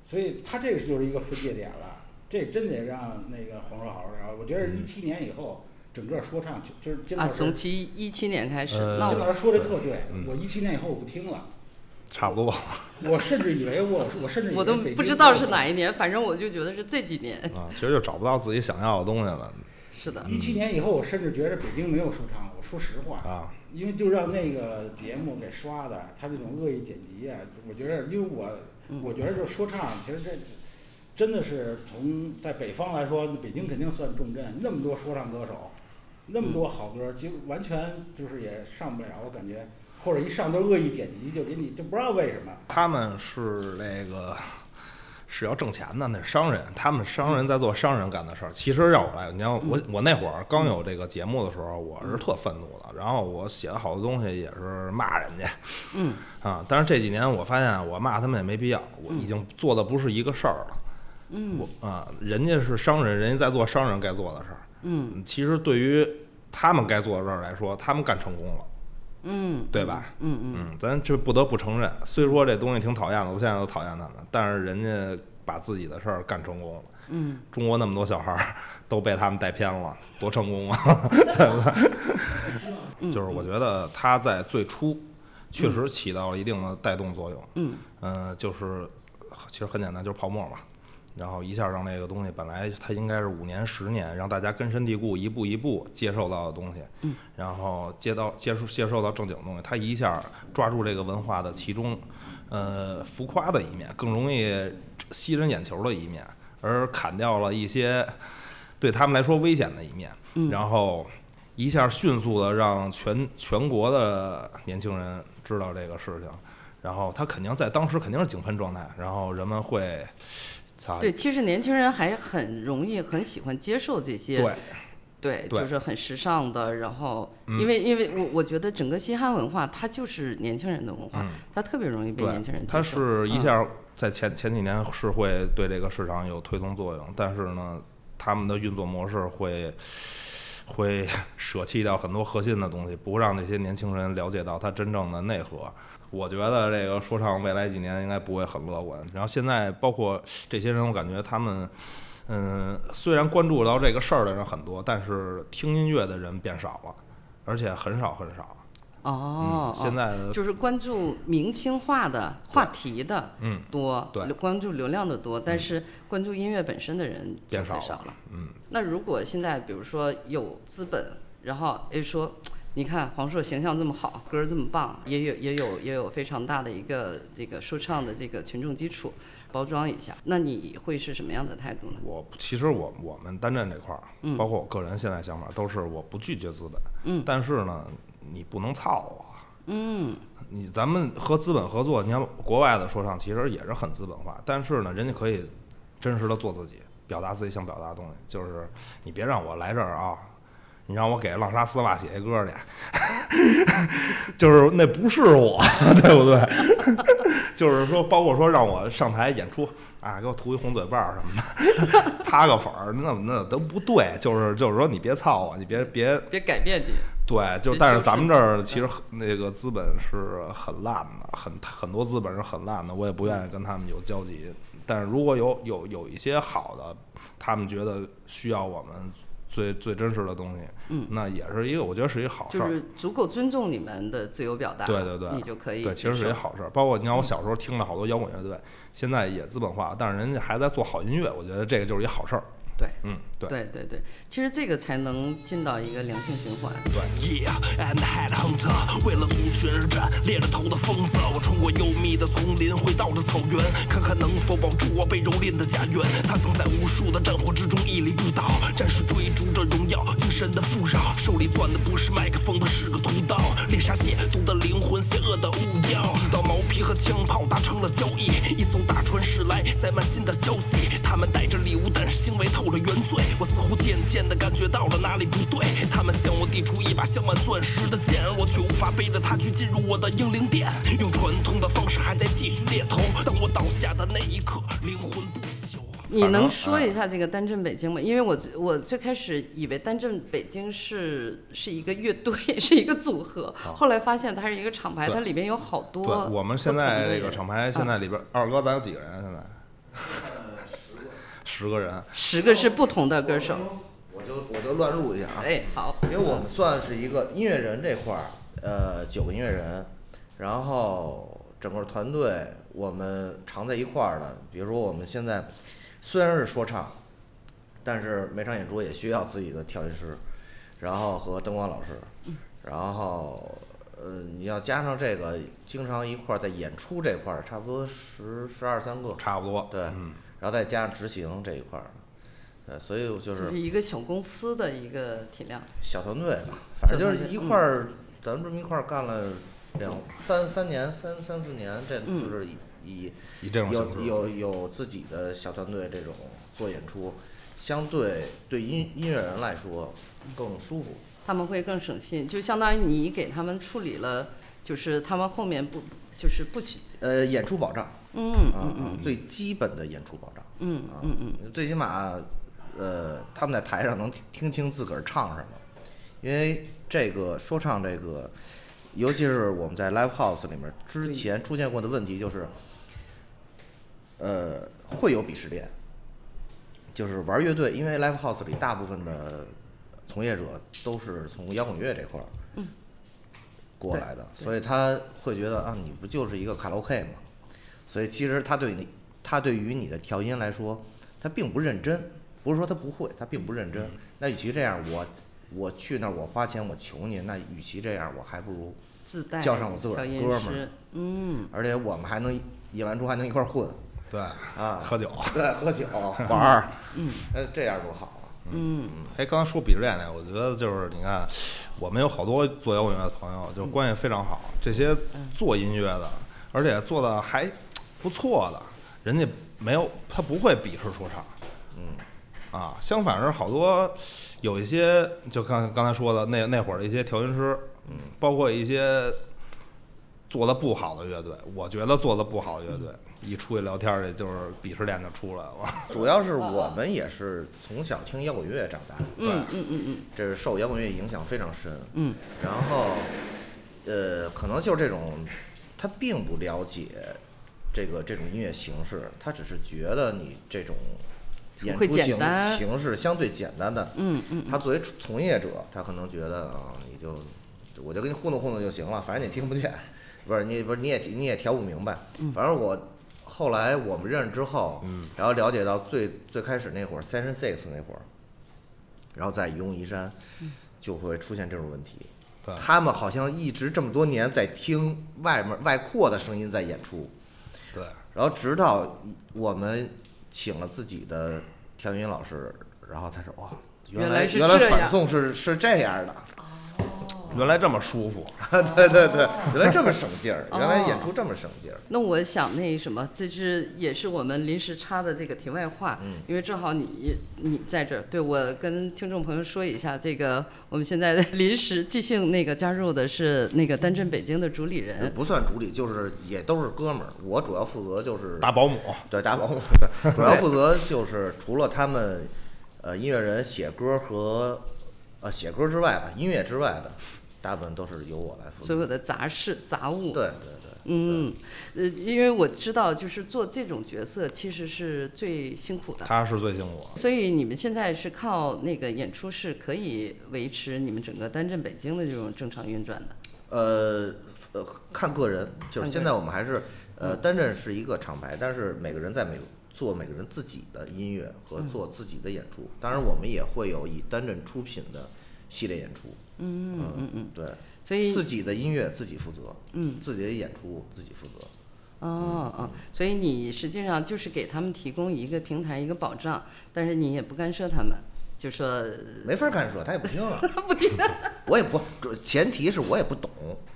所以他这个就是一个分界点了。这真得让那个黄少豪，然后我觉得
嗯
一七年以后，整个说唱就就是金
啊，
老师，
从
金
七一七年开始，
呃
那我
老师说的特对
嗯，
我一七年以后我不听了，
差不多。
我甚至以为我我甚至以为
我都
北京
不知道是
有
哪一年，反正我就觉得是这几年。 (laughs)
啊，其实就找不到自己想要的东西了
是的，
一七年以后，我甚至觉得北京没有说唱了。我说实话，
啊。
因为就让那个节目给刷的，他那种恶意剪辑啊，我觉得，因为我
嗯
我觉得就说唱，其实这真的是从在北方来说，北京肯定算重镇，那么多说唱歌手，那么多好歌，就完全就是也上不了，我感觉，或者一上都是恶意剪辑，就给你就不知道为什么。
他们是那个是要挣钱的，那是商人，他们商人在做商人干的事儿。其实要我来，你要我
嗯
我那会儿刚有这个节目的时候，我是特愤怒的，然后我写的好多东西也是骂人家，
嗯
啊，但是这几年我发现啊我骂他们也没必要，我
嗯
已经做的不是一个事儿了。
嗯
我啊，人家是商人，人家在做商人该做的事儿。
嗯
其实对于他们该做的事儿来说，他们干成功了，
嗯，
对吧？
嗯嗯
嗯，咱这不得不承认，虽说这东西挺讨厌的，我现在都讨厌他们，但是人家把自己的事儿干成功了，
嗯，
中国那么多小孩儿都被他们带偏了，多成
(laughs)
功啊！
嗯
(laughs) 就是我觉得他在最初确实起到了一定的带动作用。
嗯
嗯，就是其实很简单，就是泡沫嘛。然后一下让这个东西本来它应该是五年、十年，让大家根深蒂固、一步一步接受到的东西，
嗯
然后接到接受接受到正经的东西，他一下抓住这个文化的其中，呃，浮夸的一面，更容易吸人眼球的一面，而砍掉了一些对他们来说危险的一面，
嗯
然后一下迅速的让全全国的年轻人知道这个事情，然后他肯定在当时肯定是井喷状态，然后人们会，操，
对，其实年轻人还很容易、很喜欢接受这些，
对
对，
对嗯
就是很时尚的。然后，因为因为我我觉得整个嘻哈文化它就是年轻人的文化
嗯，
它特别容易被
对
年轻人接
它
受。嗯
是一下在前前几年是会对这个市场有推动作用，但是呢，他们的运作模式会会 (laughs) 舍弃掉很多核心的东西，不让这些年轻人了解到它真正的内核。我觉得这个说唱未来几年应该不会很乐观。然后现在包括这些人，我感觉他们。嗯，虽然关注到这个事儿的人很多，但是听音乐的人变少了，而且很少很少。
哦
嗯，，现
哦
在的
就是关注明星化的话题的
嗯
多，
对嗯
流关注流量的多，但是关注音乐本身的人就
变
很
少
少了。
嗯，
那如果现在比如说有资本，然后诶说，你看黄硕形象这么好，歌儿这么棒，也有也有也有非常大的一个这个说唱的这个群众基础，包装一下，那你会是什么样的态度呢？
我其实我我们单站这块儿，
嗯
包括我个人现在想法，都是我不拒绝资本，
嗯
但是呢，你不能操我。
嗯
你咱们和资本合作，你看国外的说唱其实也是很资本化，但是呢，人家可以真实的做自己，表达自己想表达的东西。就是你别让我来这儿啊，你让我给浪莎丝袜写一歌去， (laughs) 就是那不是我， (laughs) 对不对？ (laughs) 就是说，包括说让我上台演出啊，给我涂一红嘴巴儿什么的，擦个粉儿，那那都不对。就是就是说，你别操我，你别别
别改变你。
对，就
别
是但是
羞
咱们
耻
这儿其实很那个资本是很烂的，很很多资本是很烂的，我也不愿意跟他们有交集。但是如果有有有一些好的，他们觉得需要我们最最真实的东西，
嗯
那也是一个我觉得是一个好事
就
儿。
是足够尊重你们的自由表达，
对对对
你就可以
对，其实
接
是一
受
好事儿。包括你看，我小时候听了好多摇滚乐队，现在也资本化了，但是人家还在做好音乐，我觉得这个就是一好事儿。
对
嗯，对。
对对对，其实这个才能进到一个良性循环。
Yeah，I'm the head hunter，为了族群而战，猎着头的疯子。我穿过幽密的丛林，回到了草原，看看能否保住我被蹂躏的家园。他曾在无数的战火之中屹立不倒，战士追逐着荣耀，精神的富饶。手里攥的不是麦克风，他是个屠刀，猎杀亵渎的灵魂，邪恶的巫妖。直到毛皮和枪炮达成了交易，一艘大船驶来，载满新的消息。他们带着礼物，但是行为透了原罪。我似乎渐渐地感觉到了哪里不对，哎他们向我递出一把镶满钻石的剑，而我却无法背着它去进入我的英灵殿。用传统的方式还在继续猎头，当我倒下的那一刻，灵魂不朽。
你
反
能
正
说一下这个单镇北京吗？因为我最我最开始以为单镇北京是是一个乐队， (laughs) 是一个组合，后来发现它是一个厂牌，
对
它里边有好多。
对，我们现在这个厂牌
嗯
现
在
在里边儿，二哥咱有几个人现在？
呃
十个人，
十个是不同的歌手。
我就我就乱入一下啊，
哎，好，
啊因为我们算是一个音乐人这块儿，呃，九个音乐人，然后整个团队我们常在一块儿的，比如说我们现在虽然是说唱，但是每场演出也需要自己的调音师，然后和灯光老师，然后呃，你要加上这个，经常一块儿在演出这块儿，差不多十十二三个，
差不多。
对，
嗯，
然后再加上执行这一块儿，呃，所以就
就是是一个小公司的一个体量。
小团队吧，反正就是一块儿，咱们这么一块儿干了两三三年，三三四年，这
嗯
就是以以
以这种形
有
式，
有有自己的小团队这种做演出，相对对音音乐人来说更舒服。
他们会更省心，就相当于你给他们处理了，就是他们后面不就是不许，
呃，演出保障
嗯
啊
嗯
啊，最基本的演出保障
嗯
啊
嗯嗯，，
最起码呃他们在台上能听听清自个儿唱什么，因为这个说唱这个，尤其是我们在 live house 里面之前出现过的问题就是，呃，会有鄙视链，就是玩乐队，因为 live house 里大部分的从业者都是从摇滚乐这块儿过来的，
对
所以他会觉得啊，你不就是一个卡拉 OK 吗？所以其实他对你，他对于你的调音来说，他并不认真，不是说他不会，他并不认
嗯
真。那与其这样，我我去那儿我花钱我求您，那与其这样，我还不如
自带
叫上我自个儿
调音
哥们儿
师，嗯，
而且我们还能演完出还能一块儿混
对，
啊，
喝酒。
(laughs) 对，喝酒玩儿，嗯，这样多好啊！
哎，刚才说鄙视链呢，我觉得就是你看，我们有好多做摇滚乐的朋友，就关系非常好。这些做音乐的，而且做的还不错的，人家没有他不会鄙视说唱，嗯，啊，相反是好多有一些就刚刚才说的那那会儿的一些调音师，嗯，包括一些做的不好的乐队，我觉得做的不好的乐队，一出去聊天儿去就是鄙视链就出来了。
主要是我们也是从小听摇滚乐长大的，对，
嗯嗯嗯，
这是受摇滚乐影响非常深。
嗯，
然后，呃，可能就是这种，他并不了解这个这种音乐形式，他只是觉得你这种演
会
出
简
形
单
形式相对简单的，
嗯嗯，
他作为从业者，他可能觉得啊，你就我就跟你糊弄糊弄就行了，反正你听不见，不是你不是你也你也调不明白，
嗯
反正我。后来我们认识之后，然后了解到最最开始那会儿，Session Six 那会儿，然后在愚公移山，
嗯
就会出现这种问题。
对
他们好像一直这么多年在听外面外扩的声音在演出，
对，
然后直到我们请了自己的调音老师，然后他说：“哇、原
原来是
原来
这样
反送是是这样的，
原来这么舒服，
(laughs) 对对对，原来这么省劲儿，
哦
原来演出这么省劲儿。
那我想那什么，这是也是我们临时插的这个题外话，
嗯
因为正好你你在这儿，对我跟听众朋友说一下，这个我们现在临时即兴那个加入的是那个单振北京的主理人，
不算主理，就是也都是哥们儿。我主要负责就是
打保姆。
对
(laughs)
打保姆，对主要负责就是除了他们，呃，音乐人写歌和呃写歌之外吧，音乐之外的，大部分都是由我来负
所
责。
有的杂事杂物，
嗯对对对，
嗯，呃，因为我知道，就是做这种角色其实是最辛苦的，
他是最辛苦，
所以你们现在是靠那个演出是可以维持你们整个单镇北京的这种正常运转的。
呃呃，看个人，就是
看
现
个
在
人嗯
我们还是呃单阵是一个厂牌，但是每个人在每做每个人自己的音乐和
嗯
做自己的演出，当然我们也会有以单阵出品的系列演出。嗯嗯嗯，对，
所以
自己的音乐自己负责，
嗯
自己的演出自己负责。
哦哦，所以你实际上就是给他们提供一个平台、一个保障，但是你也不干涉他们，就说，
没法干涉，他也不
(laughs)
听啊，不听， (laughs) 我也不，主前提是我也不懂，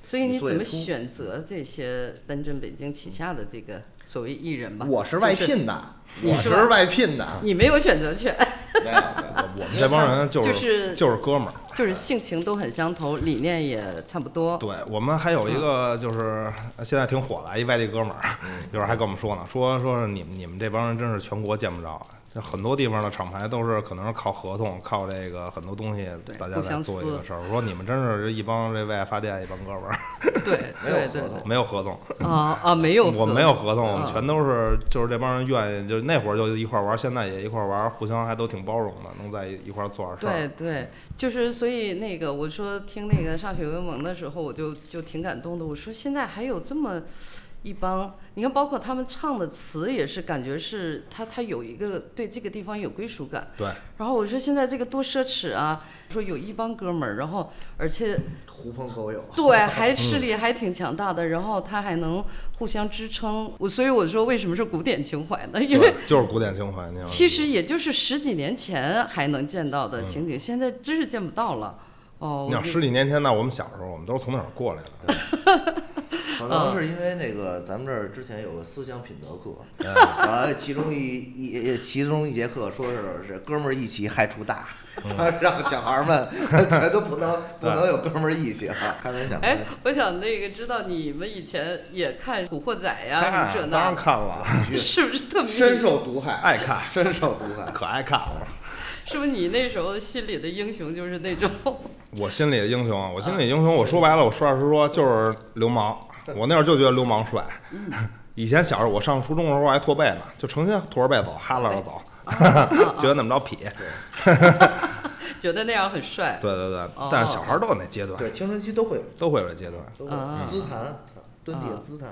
所以
你
你
做
怎
演
么
出
选择这些单镇北京旗下的这个所谓艺人吧？
我是外，聘的，
啊你
我
是
是
吧
外
(laughs)
聘的，
你没有选择权，
没有没有
我们这帮人就是、
就是
哥们儿。
就是性情都很相投，理念也差不多。
对我们还
嗯
有一个就是呃现在挺火的一外地哥们儿，有人还跟我们说呢，说说是你们你们这帮人真是全国见不着，啊这很多地方的厂牌都是可能是靠合同，靠这个很多东西
对
大家
互
在
相
做一
撕
个事儿。我说你们真是这一帮这为爱发电一帮哥们儿，
对
没有
对
合
对，
同
没有合同，
啊啊，没有合同，
我没有合同，我们
嗯
全都是就是这帮人愿意，就是那会儿就一块儿玩，现在也一块儿玩，互相还都挺包容的，能在一块儿做点事
对
儿。
对，就是所以那个我说听那个歃血为盟的时候，我就就挺感动的。我说现在还有这么一帮，你看，包括他们唱的词也是，感觉是他他有一个对这个地方有归属感。
对，
然后我说现在这个多奢侈啊！说有一帮哥们儿，然后而且
狐朋
(laughs)
狗友，
对，还势力还挺强大的，然后他还能互相支撑。我所以我说为什么是古典情怀呢？因为
对，就是古典情怀，你知道吗
其实也就是十几年前还能见到的情景，现在真是见不到了。哦，
你想
我就
十几年前，嗯那我们小时候，我们都是从哪儿过来的？
可能是因为那个咱们这儿之前有个思想品德 (laughs) 课，然后其中一一其中一节课说是是哥们儿义气害处大， (laughs) 让小孩儿 (laughs) 们全都不能不能有哥们儿义气了，开玩笑，开
哎
玩笑，
我想那个知道你们以前也看《古惑仔》呀什么
看
这
当
那
然
的，
看了，
是不是特迷？
深受毒害，
爱看
深受毒害。
可爱看了。
是不是你那时候心里的英雄就是那种？
(laughs)
(laughs)
我心里的英雄啊，我心里的英雄，我说白了，我实话实说，就是流氓。我那会儿就觉得流
嗯
氓帅。以前小时候，我上初中的时候我还驼背呢，就成天驼着背走，哈拉着走。
啊
(laughs) 觉得那么着痞，
觉得那样很帅。
对对对
哦，
但是小孩都有那阶段，
对，青春期都会有，
都会有这阶段。
都会
啊
有姿谈，操蹲底
啊
的姿谈，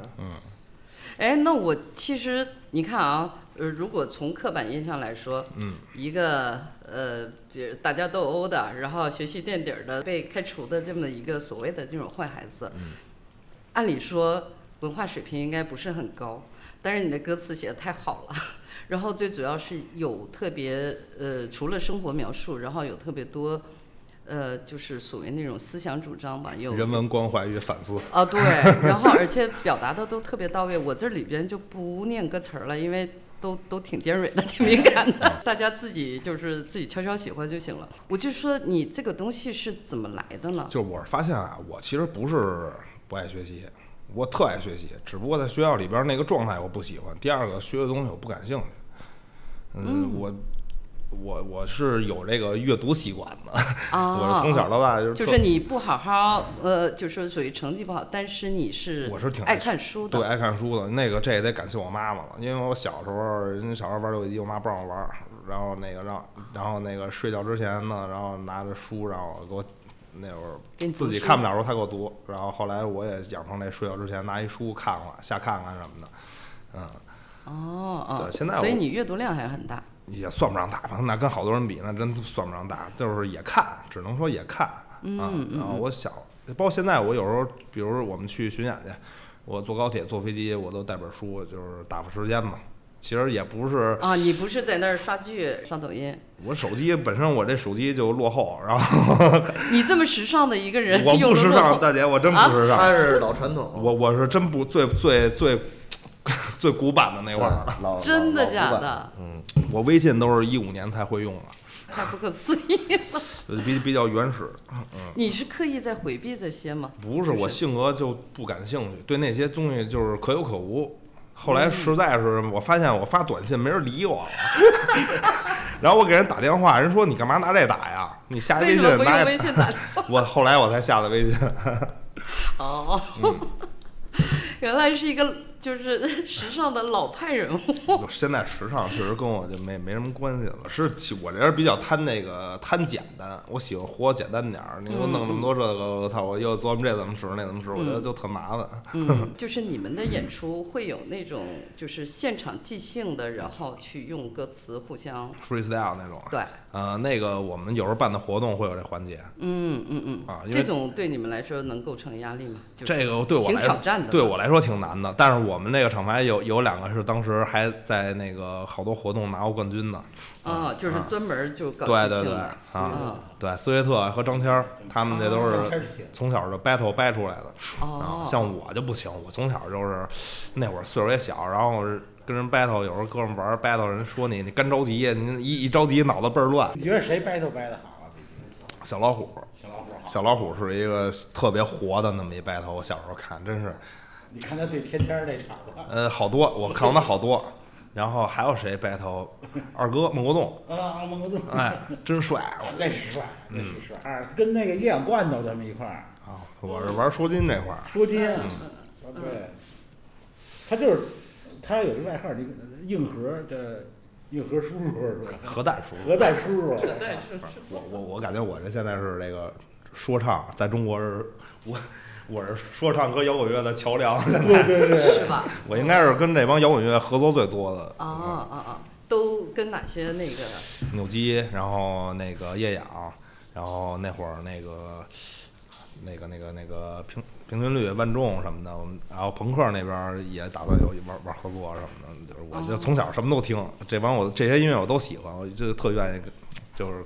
哎，那我其实你看啊，呃，如果从刻板印象来说，嗯，一个呃，比如打架斗殴的，然后学习垫底儿的，被开除的这么一个所谓的这种坏孩子，
嗯
按理说文化水平应该不是很高，但是你的歌词写的太好了。 (laughs) 然后最主要是有特别呃，除了生活描述，然后有特别多，呃，就是所谓那种思想主张吧，有
人文关怀与反思，
啊，对，然后而且表达的都特别到位。我这里边就不念歌词儿了，因为都都挺尖锐的， (laughs) 挺敏感
嗯
的，大家自己就是自己悄悄喜欢就行了。我就说你这个东西是怎么来的呢？
就是我是发现啊，我其实不是不爱学习，我特爱学习，只不过在学校里边那个状态我不喜欢。第二个，学的东西我不感兴趣。嗯，我我我是有这个阅读习惯的，
啊，
(laughs) 我是从小到大哦就是
就
特
是你不好好呃，就是属于成绩不好，但是你是
我是挺
爱看书的，
对，爱看书的那个，这也得感谢我妈妈了，因为我小时候，人家小时候玩游戏机，我妈不让我玩儿，然后那个让，然后那个睡觉之前呢，然后拿着书让我给我，那会
给
儿
你读
自己
书
看不了时候她给我读，然后后来我也养成那睡觉之前拿一书看看，瞎看看什么的，嗯，
哦哦，
对现在
所以
我
你阅读量还很大。
也算不上大吧，那跟好多人比，那真算不上大，就是也看，只能说也看啊。然后我小，包括现在，我有时候，比如说我们去巡演去，我坐高铁、坐飞机，我都带本书，就是打发时间嘛。其实也不是，
啊，你不是在那儿刷剧、刷抖音？
我手机本身我这手机就落后，然后
你这么时尚的一个人，
我
有
不时
了
尚，
我
大姐，我真不时尚，
他是老传统，
(laughs) 我我是真不最最最最古板的那
对
会儿，
老老
真的
老古
假
板
的？
我微信都是一五年才会用的，
太不可思议了！
呃比比较原始。
你是刻意在回避这些吗？
不是
就
我性格就不感兴趣，对那些东西就是可有可无。后
嗯
来实在是我发现我发短信没人理我了， (laughs) 然后我给人打电话，人说你干嘛拿这打呀？你下一
为
微
什么不
信拿
用
这
微信
(laughs)
打？
我后来我才下的微信， (laughs)
哦，
嗯
(laughs) 原来是一个就是 (laughs) 时尚的老派人
(laughs)
物。
我现在时尚确实跟我就没没什么关系了，是其我这人比较贪那个贪简单，我喜欢活简单点儿。你给我弄那么多这个，我操，我又琢磨这怎么使那怎么使，我觉得就特麻烦。
嗯，就是你们的演出会有那种就是现场即兴的，然后去用歌词互相
freestyle 那种，
对，
呃，那个我们有时候办的活动会有这环节，
嗯嗯嗯
啊因为
这种对你们来说能构成压力吗？就是
这个对我
挺
来
挑战
说
的，
对我来说挺难的。但是我们那个厂牌有有两个是当时还在那个好多活动拿过冠军的，
啊，就是专门就搞
对
即
对
兴
对
的。
啊，对斯维特和张谦儿，他们这都
张谦儿
是
写的
从小就 battle 掰出来的啊。
哦，
像我就不行，我从小就是那会儿岁数也小，然后跟人 battle，有时候哥们儿玩儿 battle，人说你你干着急，你一一着急脑子倍儿乱。
你觉得谁掰头掰的好啊？北京
小老虎，
小老虎好，
小老虎是一个特别活的那么一 battle，我小时候看真是。
你看他对天天儿那场子，
呃，好多，我看过他好多，然后还有谁 battle 二哥孟国栋，
啊，阿蒙格顿，
哎，真帅！我
啊那是帅，那
嗯
是帅，啊跟那个叶眼罐头他们一块儿
啊，我是玩说金这块儿，
说
嗯
金，啊，
嗯
对，他就是他有一外号，你硬核这硬核叔叔是吧？
核弹叔，
核弹叔叔，
(laughs)
对，是
我我我感觉我这现在是这个说唱在中国是，我我是说唱和摇滚乐的桥梁，
对对对，
是吧？
我应该是跟这帮摇滚乐合作最多的。
啊啊啊！都跟哪些那个
扭机，然后那个夜氧，然后那会儿那个那个那个那个平平均律万众什么的，我们然后朋克那边儿也打算有玩玩合作什么的，就是我
哦
就从小什么都听，这帮我这些音乐我都喜欢，我就特愿意跟就是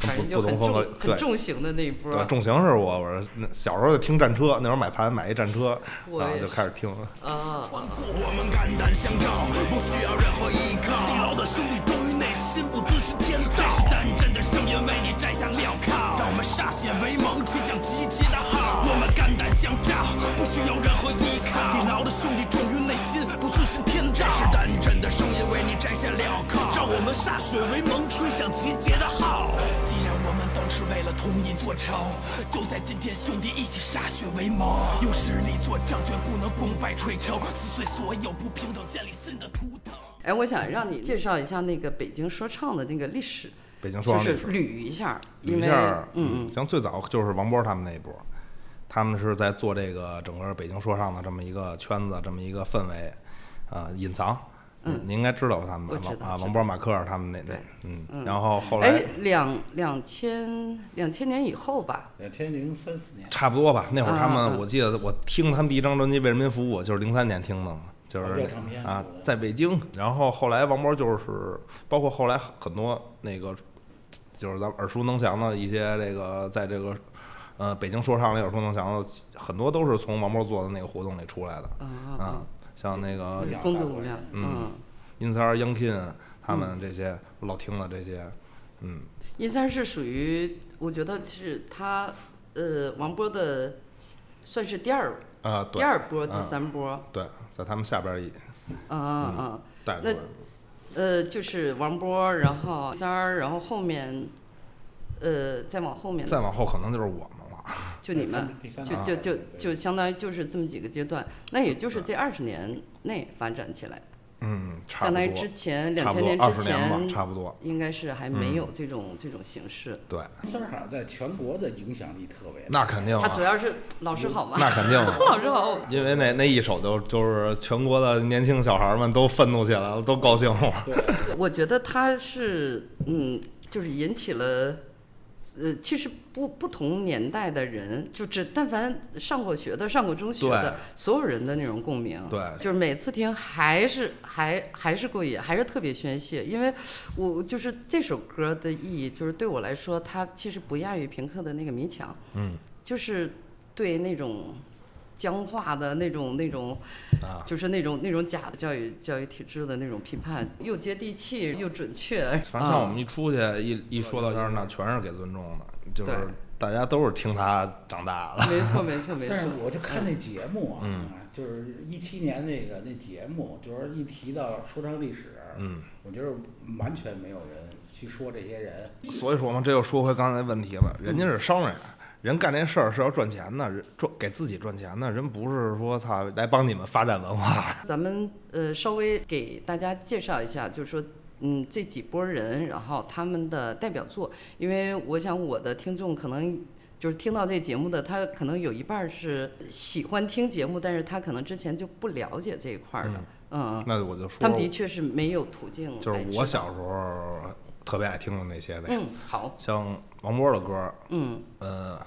反
跟
正就
不不
很
同风格
重
对
很。重型的那一波
对，。重型是我，我是那小时候就听战车，那会儿买盘买一战车，
我
然后
也
就开始听。
啊，
我们肝胆相照，不需要任何依靠。地老的兄弟忠于内心，不遵循天道。这是胆战的声音为你摘下镣铐。让我们歃血为盟，吹响集结的号。我们肝胆相照，不需要任何依靠。地老的兄弟忠于内心，不遵循天道。这是胆战的声音为你摘下镣铐。让我们歃血为盟，吹响集结的号。既然我们都是为了同一座城，就在今天，兄弟一起歃血为盟，用实力作战，绝不能功败垂成，撕碎所有不平等，建立新的图腾。
哎，我想让你介绍一下那个北京说唱的那个历史，
北京说
就
唱历
是
史。
捋一下，
捋
因
一
为
下，
嗯嗯，
像最早就是王波他们那一波，他们是在做这个整个北京说唱的这么一个圈子，这么一个氛围，呃，隐藏。
嗯
你应该知道他们
我
吧？
知
王
道
啊，
知
王
道
波、马克尔他们那那
对，
嗯，
嗯
然后后来
哎，两两千两千年以后吧，
两千零呃三四年，
差不多吧，那会儿他
啊啊
们，
啊
我记得我听他们第一张专辑《为人民服务》，就是零三年听的嘛，就
好这
是
唱片
啊
出的，
在北京。然后后来王波就是，包括后来很多那个，就是咱们耳熟能详的一些这个，在这个呃北京说唱里耳熟能详的，很多都是从王波做的那个活动里出来的
啊
啊，像那个
影响
工作
大
无量，
嗯
嗯，
因三二、央 kin 他们这些我老听的这些，嗯，
印三是属于，我觉得是他呃王波的算是第二
啊，
第
对
二波、
嗯
第三波，啊
对，在他们下边儿一
嗯嗯嗯。
带
那
着。
呃，就是王波，然后三儿，然后后面，呃，再往后面
再往后可能就是我们了。
就你
他
们，
第三
就
啊
代
就就
对
就相当于就是这么几个阶段，那也就是这二十年内发展起来，
嗯，差
相
不多，
当于之前
差
两
不
千
多
年
二
之
十年吧，
前，
差不嗯多。
应该是还没有这种这种形式。
对，
三儿好像在全国的影响力特别大。
那肯定
他主
啊，
要是老师好嘛，
那肯定啊，
(laughs) 老师好，
因为那那一首就就是全国的年轻小孩们都愤怒起来了，都高兴了。
对，
我觉得他是嗯，就是引起了。呃，其实不不同年代的人，就只但凡上过学的、上过中学的，所有人的那种共鸣，
对
就是每次听还是还还是过瘾，还是特别宣泄。因为我就是这首歌的意义，就是对我来说，它其实不亚于平克的那个《迷墙》，
嗯，
就是对那种僵化的那种那种
啊，
就是那种那种假的教育教育体制的那种批判，又接地气又准确。
反正像我们一出去
啊
一一说到音儿，那全是给尊重的，就是
对
大家都是听他长大的。
啊，没错
(laughs)
没错没错
但。是我就看那
嗯
节目啊，
嗯
就是一七年那个那节目，就是一提到说唱历史，
嗯，
我觉得完全没有人去说这些人，
所以说嘛，这又说回刚才问题了，人家是商人。人干这事儿是要赚钱的，人赚给自己赚钱的，人不是说操来帮你们发展文化。
咱们呃稍微给大家介绍一下，就是说。嗯，这几波人，然后他们的代表作，因为我想我的听众可能就是听到这节目的，他可能有一半儿是喜欢听节目，但是他可能之前就不了解这一块儿的，嗯，
那我就说，
他们的确是没有途径来知
就
道。
是我小时候特别爱听的那些呗，
嗯，好，
像王波的歌，
嗯，
呃，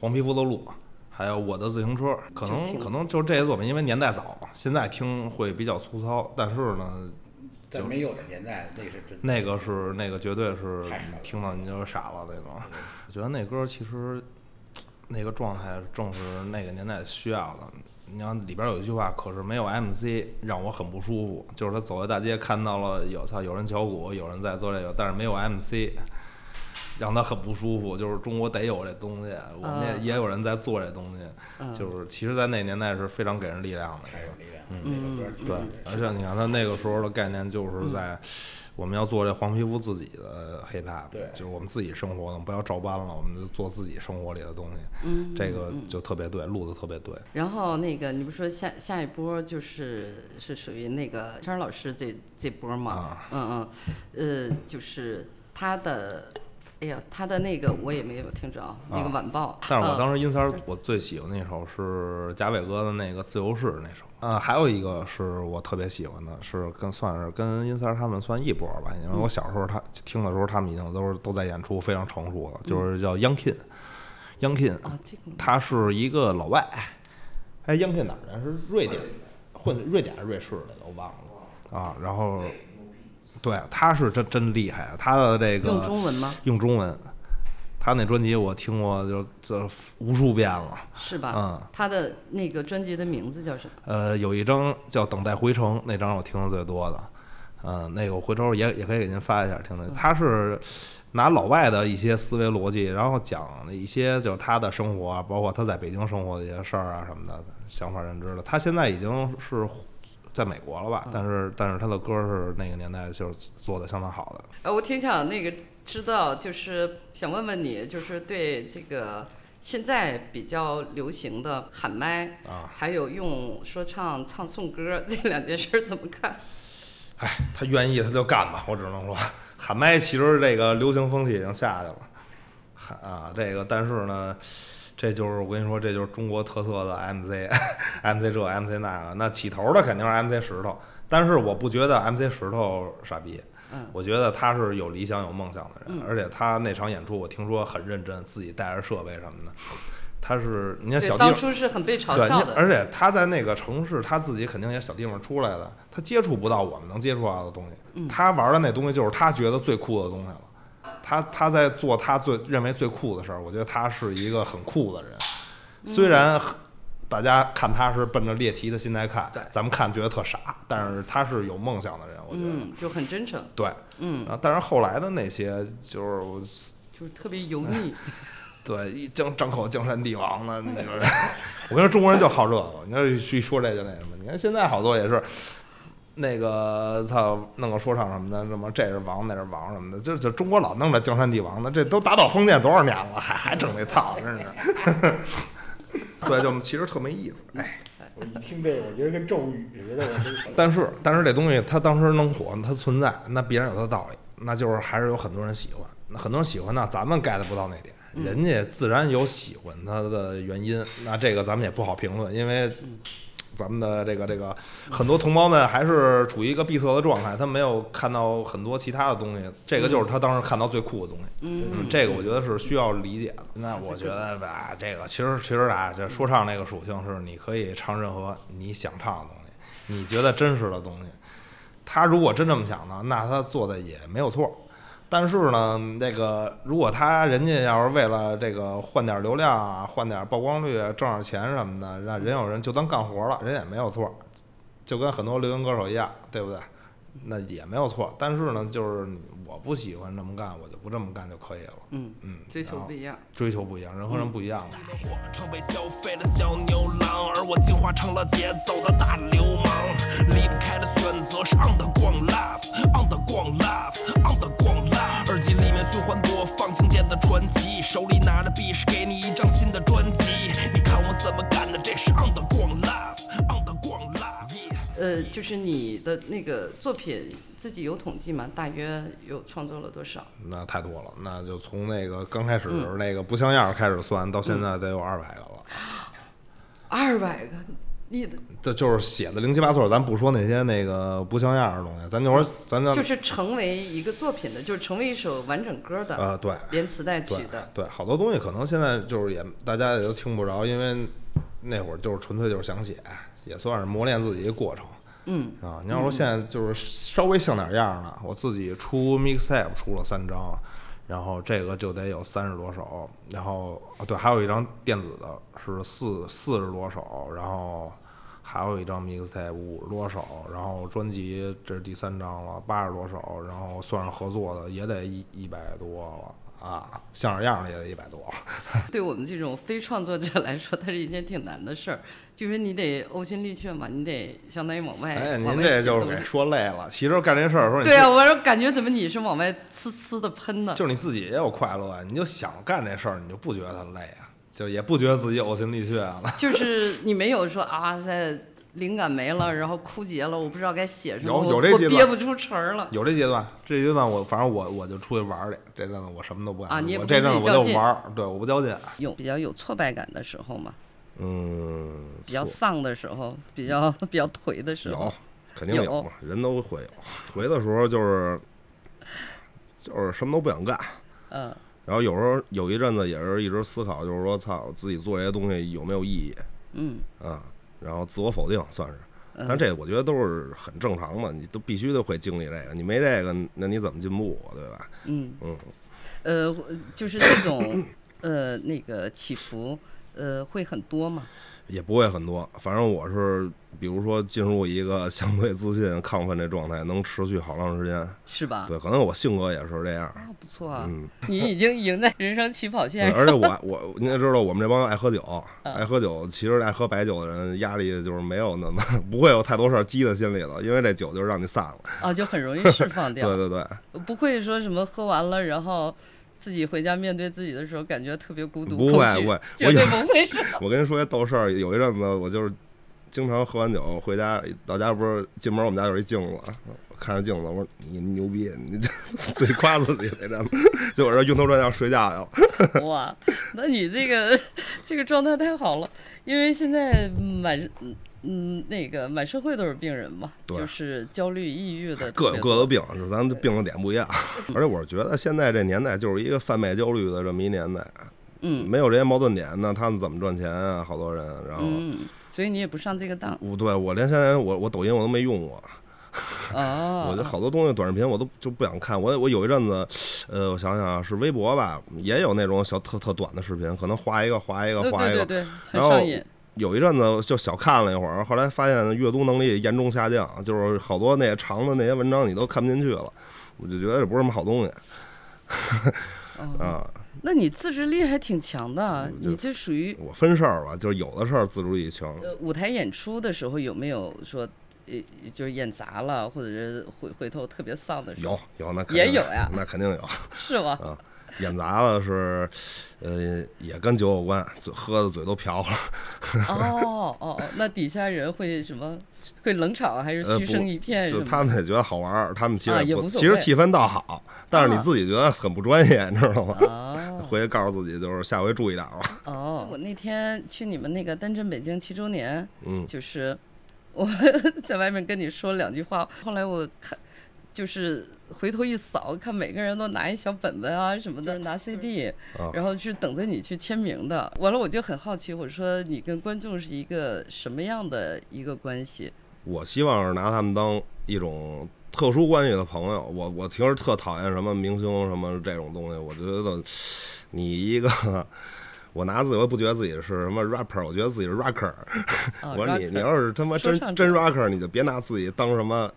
黄皮肤的路，还有我的自行车，可
就
能
听
可能就是这些作品，因为年代早，现在听会比较粗糙，但是呢，
在
就
没有的年代，那是真的。
那个是那个绝对是
太狠了
听到你就傻了那种。我觉得那歌其实那个状态正是那个年代需要的。你像里边有一句话，可是没有 MC 让我很不舒服，就是他走在大街看到了有操有人敲鼓，有人在做这个，但是没有 MC。让他很不舒服，就是中国得有这东西，我们也
嗯
也有人在做这东西，
嗯
就是其实，在那年代是非常给人力量的一
太
个
有力量，
嗯
那个歌确
对
实，
而且你看他那个时候的概念就是在我们要做这黄皮肤自己的 hiphop，
对
就是我们自己生活的，不要照搬了，我们就做自己生活里的东西。嗯，这个就特别对，录的特别对。
然后那个，你不说下下一波就是是属于那个张老师这这波嘛？
啊
嗯嗯，呃，就是他的，哎呀，他的那个我也没有听着，啊那个晚报。
啊但是我
嗯
当时因三儿我最喜欢那首是贾伟哥的那个《自由式》那首，呃，还有一个是我特别喜欢的，是跟算是跟因三儿他们算一波吧，因为我小时候他听的时候，他们已经都是都在演出，非常成熟了，就是叫 Young Kin。Young Kin，
啊，这个
他是一个老外，哎，央视哪儿人？是瑞典，混瑞典还是瑞士的，我忘了啊。然后，对，他是真真厉害，啊他的这个
用中文吗？
用中文，他那专辑我听过就这无数遍了。
是吧？
嗯
他的那个专辑的名字叫什么？
呃，有一张叫《等待回城》，那张我听的最多的。嗯、那个我回头也也可以给您发一下，听的。他是拿老外的一些思维逻辑，然后讲了一些就是他的生活啊，包括他在北京生活的一些事儿啊什么的想法认知的。他现在已经是在美国了吧？但是但是他的歌是那个年代就是做的相当好的。
呃，我挺想那个知道，就是想问问你，就是对这个现在比较流行的喊麦 (laughs)
啊
还有用说唱唱颂歌这两件事儿怎么看？
哎，他愿意他就干吧，我只能说， (laughs) 喊麦其实这个流行风气已经下去了， (laughs) 喊啊这个，但是呢，这就是我跟你说，这就是中国特色的 (laughs) MC，MC 这 MC 那个，那起头的肯定是 MC 石头，但是我不觉得 MC 石头傻逼，
嗯
我觉得他是有理想、有梦想的人，
嗯
而且他那场演出我听说很认真，自己带着设备什么的。他是，你看
对，
小弟
当
们
初是很被嘲
对，
笑
你
的，
而且他在那个城市，他自己肯定也小地方出来的，他接触不到我们能接触到的东西。
嗯
他玩的那东西就是他觉得最酷的东西了。他他在做他最认为最酷的事儿，我觉得他是一个很酷的人。
嗯
(laughs) 虽然大家看他是奔着猎奇的心态看，咱们看觉得特傻，但是他是有梦想的人，我觉得。
嗯，就很真诚，
对，
嗯，
啊，但是后来的那些就是我
就是特别油
(laughs)
腻，
对，一张张口江山帝王的那个人， (laughs) 我跟你说，中国人就好这个。你要去说这就那什么，你看现在好多也是，那个操弄个说唱什么的，什么这是王，那是王什么的，就就中国老弄这江山帝王的，这都打倒封建多少年了，还还整这套，真是。 (laughs) 对，就其实特没意思，哎。
我一听这个，我觉得跟咒语似的。我这
但是，但是这东西它当时能火，它存在，那别人有它的道理，那就是还是有很多人喜欢。那很多人喜欢呢，咱们 get 不到那点，人家自然有喜欢它的原因。那这个咱们也不好评论，因为咱们的这个这个很多同胞们还是处于一个闭塞的状态，他没有看到很多其他的东西。这个就是他当时看到最酷的东西。
嗯，
这个我觉得是需要理解的。那我觉得吧，这个其实其实啊，这说唱这个属性是你可以唱任何你想唱的东西，你觉得真实的东西。他如果真这么想呢，那他做的也没有错。但是呢，那个如果他人家要是为了这个换点流量啊，换点曝光率啊，挣点钱什么的，让人有人就当干活了，人也没有错，就跟很多流行歌手一样，对不对？那也没有错。但是呢，就是我不喜欢这么干，我就不这么干就可以了。
嗯，
嗯，
追求
然后
不一样，
追求不一样，人和人不一样嘛。
我成被消费的小牛郎，而我进化成了节奏的大流氓。离不开的选择是 on the 光 life，on the 光 life，on the 光 life。耳机里面循环播放经典的传奇，手里拿着币是给你一张新的专辑。你看我怎么干的，这是 on the 光 life，on the 光 life。
呃，就是你的那个作品自己有统计吗？大约有创作了多少？
那太多了，那就从那个刚开始
嗯
那个不像样儿开始算，到现在得有二百个了。
二百个，你的
这就是写的零七八碎儿，咱不说那些那个不像样儿的东西，咱就说咱就
就是成为一个作品的，就是成为一首完整歌的，
呃对
连词带曲
对
的，
对，好多东西可能现在就是也大家也都听不着，因为那会儿就是纯粹就是想写，也算是磨练自己一个过程。
嗯
啊，你要说现在就是稍微像点样儿了，我自己出 mixtape 出了三张，然后这个就得有三十多首，然后啊对，还有一张电子的是四四十多首，然后还有一张 mixtape 五十多首，然后专辑这是第三张了，八十多首，然后算上合作的也得一一百多了啊，像点样儿的也得一百多了。
对我们这种非创作者来说，它是一件挺难的事儿，就是你得呕心沥血嘛，你得相当于往外，
哎，
往
您
外
这
写
就是
东
给
西
说累了，其实干这事儿的时候，你
对
自
啊，我说感觉怎么你是往外呲呲的喷呢？
就是你自己也有快乐啊，你就想干这事儿，你就不觉得它累啊，就也不觉得自己呕心啊沥血了。
就是你没有说啊，在灵感没了，然后枯竭了，我不知道该写什么，
有有
我
这
我
阶段
憋不出词儿了。
(laughs) 有这阶段，这阶段我反正我我就出去玩儿去，这阵子我什么都不干，
啊你也
我
不
这
跟
阵子
自己
我就
较劲
玩儿，对，我不较劲。啊
有比较有挫败感的时候嘛，
嗯，
比较丧的时候，比较 (laughs) 比较颓的时候
有，，肯定有
有
嘛，人都会有。回的时候就是就是什么都不想干，
嗯
然后有时候有一阵子也是一直思考，就是说操，自己做这些东西有没有意义
嗯
啊？然后自我否定算是，但
嗯，
这我觉得都是很正常的，你都必须得会经历这个，你没这个，那你怎么进步啊，对吧？
嗯
嗯，
呃，就是这种呃那个起伏，呃会很多嘛，
也不会很多，反正我是，比如说进入一个 (laughs) 相对自信、亢奋这状态，能持续好长时间。
是吧？
对，可能我性格也是这样。
啊啊，不错啊，
嗯，
你已经赢在人生起跑线
对 (laughs)
上。
而且我我你也知道，我们这帮爱喝酒、
嗯
爱喝酒，其实爱喝白酒的人压力就是没有那么 (laughs) 不会有太多事儿积在心里了，因为这酒就让你散了。
啊，就很容易释放
对
掉，
对对，
不会说什么喝完了，然后自己回家面对自己的时候，感觉特别孤独，
不会
空虚
不会
绝
我
对
有
不会是。
(laughs)
我跟你说一逗事儿，有一阵子我就是经常喝完酒回家，到家不是进门我们家有一镜子，
看着镜子，我说你牛逼，你这 (laughs) 自己夸自己来着， (laughs) 结果这晕头转向睡觉去了。
哇，啊 (laughs) 那你这个这个状态太好了，因为现在满嗯嗯那个满社会都是病人嘛，
对
就是焦虑、抑郁的
各
特别
有各的病，咱这病的点不一样。而且我是觉得现在这年代就是一个贩卖焦虑的这么一年代，
嗯
没有这些矛盾点呢，他们怎么赚钱啊？好多人，然后。
嗯，所以你也不上这个
(laughs)
当
我对我连现在我我抖音我都没用过，
哦。
我觉得好多东西短视频我都就不想看。我我有一阵子，呃，我想想啊，是微博吧，也有那种小特特短的视频，可能划一个划一个
对
划一
对对
个。
对，很
然后
上瘾。
有一阵子就小看了一会儿，后来发现阅读能力严重下降，就是好多那长的那些文章你都看不进去了，我就觉得这不是什么好东西
哦，
啊。
那你自制力还挺强的，
就
你这属于
我分事儿吧，就是有的事儿自主力强，
呃舞台演出的时候有没有说呃就是演砸了，或者是回回头特别丧的时候
有？有那肯定
也有呀
那肯定有。 (laughs)
是吗？
啊，演砸了是，呃，也跟酒有关，嘴喝的嘴都瓢了，
哦哦哦，那底下人会什么？会冷场啊还是
呃，
嘘声一片什
就
么？
他们也觉得好玩儿，他们其
啊
实
也
不，
无所
其实
谓
气氛倒好，但是你
啊
自己觉得很不专业，你知道吗？
哦
(laughs) 回去告诉自己，就是下回注意点儿吧。 (laughs)
哦，我那天去你们那个单镇北京七周年，
嗯，
就是我 (laughs) 在外面跟你说两句话，后来我看就是回头一扫，看每个人都拿一小本本啊什么的，拿 CD，
啊
然后是等着你去签名的。完了，我就很好奇，我说你跟观众是一个什么样的一个关系？
我希望是拿他们当一种特殊关系的朋友。我我平时特讨厌什么明星什么这种东西，我觉得你一个。我拿自己，我也不觉得自己是什么 rapper，我觉得自己是 rocker。
啊，
我说你，
rocker
你要是他妈
说
真
唱
真
者
rocker，你就别拿自己当什么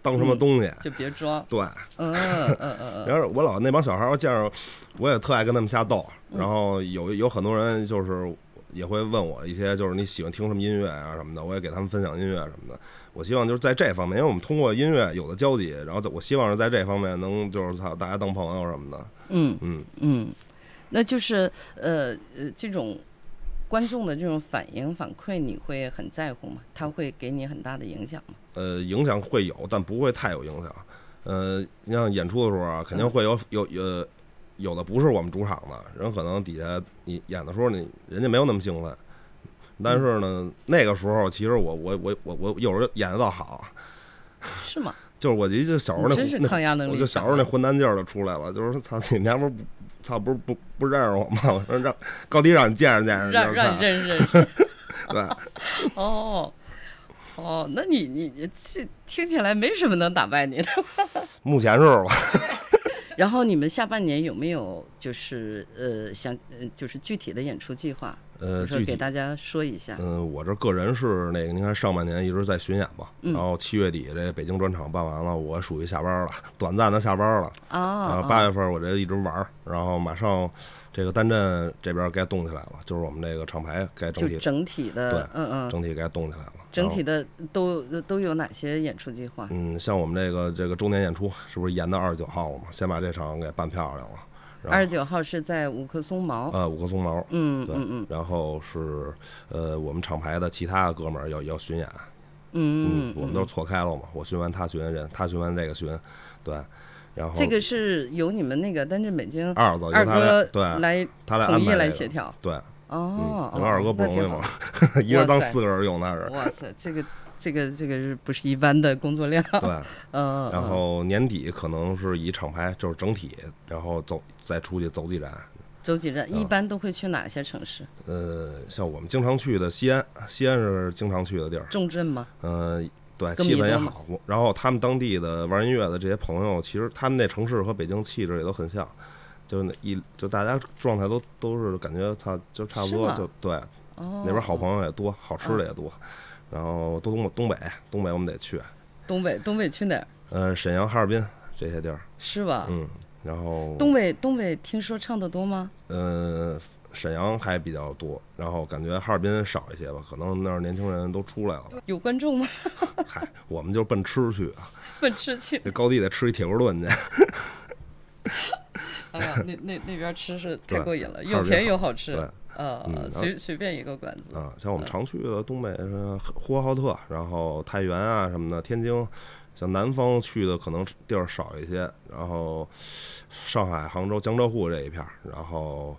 当什么
嗯
东西。
就别装，
对，
嗯嗯嗯嗯，
然后我老那帮小孩儿，我见着我也特爱跟他们瞎逗。然后有有很多人就是也会问我一些，就是你喜欢听什么音乐啊什么的，我也给他们分享音乐啊什么的。我希望就是在这方面，因为我们通过音乐有了交集，然后在我希望是在这方面能就是操大家当朋友什么的。
嗯
嗯，
嗯，那就是呃呃，这种观众的这种反应反馈，你会很在乎吗？他会给你很大的影响吗？
呃，影响会有，但不会太有影响。呃，你像演出的时候啊，肯定会有有有有的不是我们主场的人，可能底下你演的时候你人家没有那么兴奋，但是呢，那个时候其实我我我我我有时候演的倒好，
是吗？
就是我一就小时候那
你真是
那
抗压能力
我就小时候那混蛋劲儿就出来了，就是操你娘们儿不操不是不不认识我吗？我说让高低让你见识见识，
让
就是
让
看
你认识认识
对。
(laughs) 哦。哦，那你你你这听起来没什么能打败你的。 (laughs)
目前是吧？
然后你们下半年有没有就是呃想呃就是具体的演出计划？
呃，
我说
具
给
体
大家说一下。
嗯，我这个人是那个，您看上半年一直在巡演嘛，
嗯
然后七月底这北京专场办完了，我属于下班了，短暂的下班了。
啊
然
啊
后八月份我这一直玩儿，然后马上这个单镇这边该动起来了，就是我们这个厂牌该整
就
体
整体的
对，
嗯嗯，
整体该动起来了。
整体
然后
的都都有哪些演出计划？
嗯，像我们这个这个周年演出，是不是延到二十九号了嘛？先把这场给办漂亮了。然
二
后
十九号是在五棵松毛。
呃，五棵松毛，
嗯
对
嗯嗯，
然后是呃我们厂牌的其他哥们儿要要巡演，
嗯嗯
我们都是错开了嘛，我巡完他巡人，他巡完这个巡，对，然后
这个是由你们那个单镇北京
二嫂由
二
他来，
哥
对，
来
他来
统
安
一
排
来
这个
协，调。
对，
哦，
因为二哥不容易嘛 (laughs)
嘛。，
一人当
哇塞
四个人用那是，
哇塞，这个这个这个是不是一般的工作量？ (laughs)
对，
嗯，
然后年底可能是以厂牌就是整体，然后走再出去走几站，
周几
嗯
站一般都会去哪些城市？
呃，像我们经常去的西安，西安是经常去的地儿，
重镇吗？
呃，对，
歌
气
迷
氛也
多吗
好。然后他们当地的玩音乐的这些朋友，其实他们那城市和北京气质也都很像，就是那一就大家状态都都是感觉他就差不
是
多，
吗
就对
哦，
那边好朋友也多，好吃的也多。然后东北东北东北我们得去，
东北东北去哪儿？
呃，沈阳、哈尔滨这些地儿，
是吧？
嗯，然后
东北东北听说唱的多吗？
呃。沈阳还比较多，然后感觉哈尔滨少一些吧，可能那儿年轻人都出来了吧。
有观众吗？ (laughs)
嗨，我们就是奔吃去啊，
奔吃
(laughs)
去
这高低得吃一铁锅炖去。
哎呀，那那那边吃是太
对
过瘾了，
哈
又
尔滨
便宜又
好
好吃
对。
呃，
嗯
随随便一个馆子。
啊，像我们常去的东北是呼和浩特，然后太原啊什么的，天津，
像南方去的可能地儿少一些，然后上海、杭州、江浙沪这一片儿，然后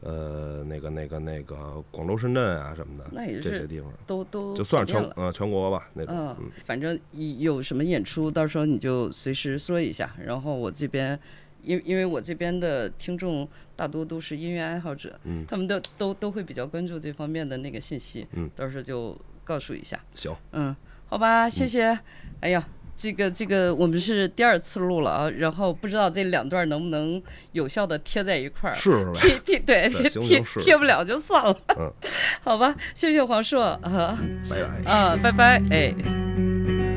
呃那个那个那个广州、深圳啊什么的
那也
这
是
些地方，
都都
就算是
改
全
变了
呃全国吧那种。
嗯，反正一有什么演出，到时候你就随时说一下。然后我这边，因因为我这边的听众大多都是音乐爱好者，他们都都都会比较关注这方面的那个信息，
嗯
到时候就告诉一下。
行，
嗯，好吧，谢谢。哎呀，这个这个我们是第二次录了啊，然后不知道这两段能不能有效的贴在一块儿。
试试呗。
贴贴对
对
贴
行
贴
行是
贴不了就算了，
嗯
(laughs) 好吧，谢谢黄硕啊
拜
(laughs)
拜。
啊，拜拜，哎。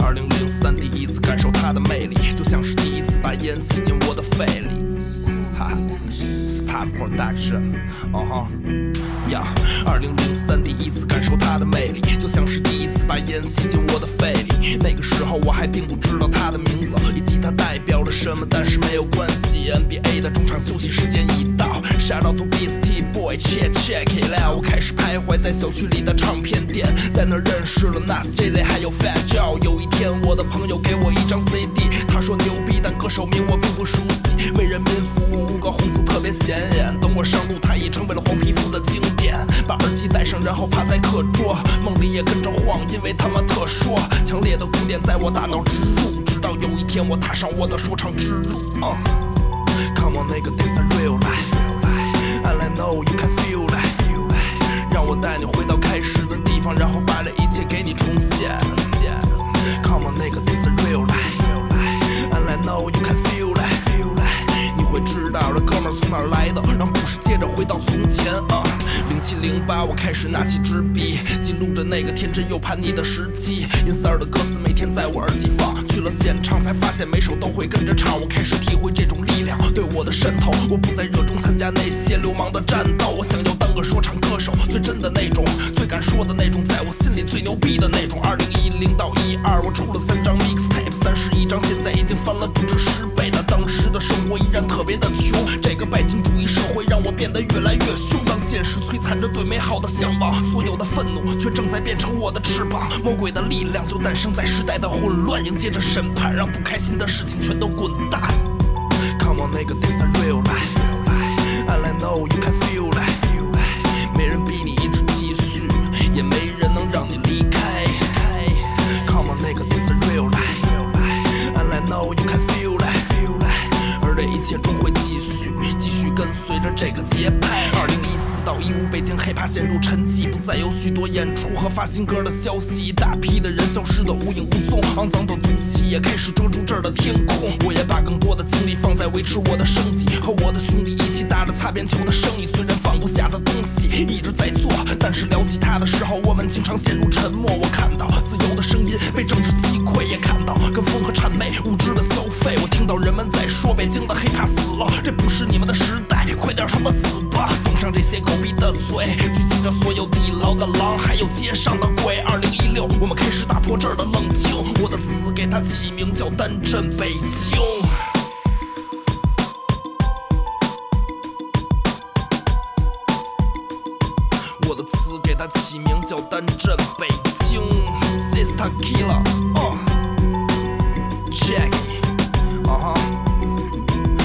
二零零三第一次感受它的魅力，就像是第一次把烟吸进我的肺里。哈哈 s p a n Production，哦吼。呀，二零零三第一次感受它的魅力，就像是第一次把烟吸进我的肺里。那个时候我还并不知道它的名字以及它代表着什么，但是没有关系。NBA 的中场休息时间已到，Shout out to Beastie Boy，check check it out。我开始徘徊在小区里的唱片店，在那儿认识了 Nas、J 类还有 Fat Joe。有一天，我的朋友给我一张 CD，他说牛逼，但歌手名我并不熟悉。为人民服务，五个红字特别显眼。等我上路，他已成为了黄皮肤的经典。把耳机戴上，然后趴在课桌，梦里也跟着晃，因为他妈特说。强烈的鼓点在我大脑植入，直到有一天我踏上我的说唱之路。啊 Come on, nigga, this a real life. And I know you can feel that. Feel that. 让我带你回到开始的地方，然后把这一切给你重现。Come on, nigga, this a real life. And I know you can feel that. Feel that. 你会知道这哥们儿从哪儿来的，让故事接着回到从前啊。零七零八，我开始拿起纸笔，记录着那个天真又叛逆的时期。因三儿的歌词每天在我耳机放，去了现场才发现每首都会跟着唱。我开始体会这种力量对我的渗透，我不再热衷参加那些流氓的战斗，我想要当个说唱歌手，最真的那种，最敢说的那种，在我心里最牛逼的那种。二零一零到一二，我出了三张 mixtape，三十一张，现在已经翻了不止十倍。但当时的生活依然特别的穷，这个拜金主义社会让我变得越来越凶。当现实摧残着对美好的向往，所有的愤怒却正在变成我的翅膀。魔鬼的力量就诞生在时代的混乱，迎接着审判，让不开心的事情全都滚蛋。Come on, nigga, this a real life. And I know you can feel that. Feel that. 没人逼你一直继续，也没人能让你离开。Come on, nigga, this a real life. And I know you can feel that. Feel that. 而这一切终会继续，继续跟随着这个节拍。二零一四到一五，北京害怕陷入沉寂，不再有许多演出和发新歌的消息，一大批的人消失的无影无踪，肮脏的毒气也开始遮住这儿的天空。我也把更多的精力放在维持我的生计，和我的兄弟一起打着擦边球的生意，虽然放不下的东西一直在做，但是聊起他的时候，我们经常陷入沉默。我看到自由的声音被政治击溃，也看到跟风和谄媚无知的消费。我听到人们在说北京的黑怕死了，这不是你们的时代，快点他妈死吧！封上这些狗逼的嘴，聚集着所有地牢的狼，还有街上的鬼。二零一六，我们开始打破这儿的冷清，我的词给它起名叫单镇北京。我的词给它起名叫单镇北京，Sister Killer，哦、Jackie，啊哈。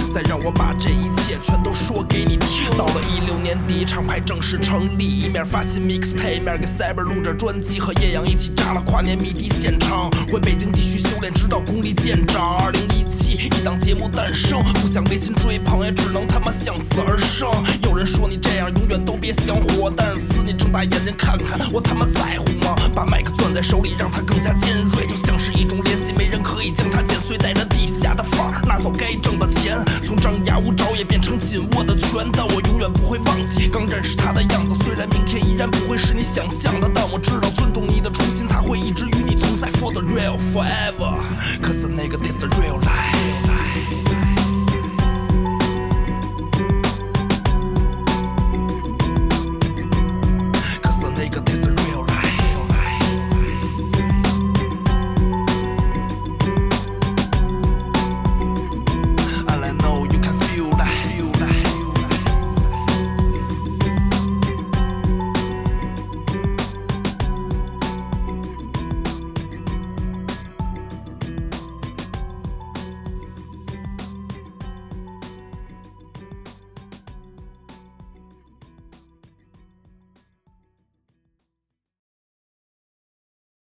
再让我把这一切全都说给你听。到了一六年底，厂牌正式成立，一面发行 mixtape，一面给 Cyber 录着专辑，和叶阳一起炸了跨年迷笛现场。回北京继续修炼，直到功力见长。二零一七，一档节目诞生，不想违心追捧，也只能他妈向死而生。有人说你这样永远都别想活，但是死你睁大眼睛看看，我他妈在乎吗？把麦克攥在手里，让它更加尖锐，就像是一种联系，没人可以将它剪碎，带着地下的范儿，拿走该挣的钱，从张牙舞爪也变成紧握的拳。但我永远不会忘记刚认识他的样子，虽然明天依然不会是你想象的，但我知道尊重你的初心，他会一直与你同在，for the real forever。Cause a nigga this a real life。Cause a nigga this a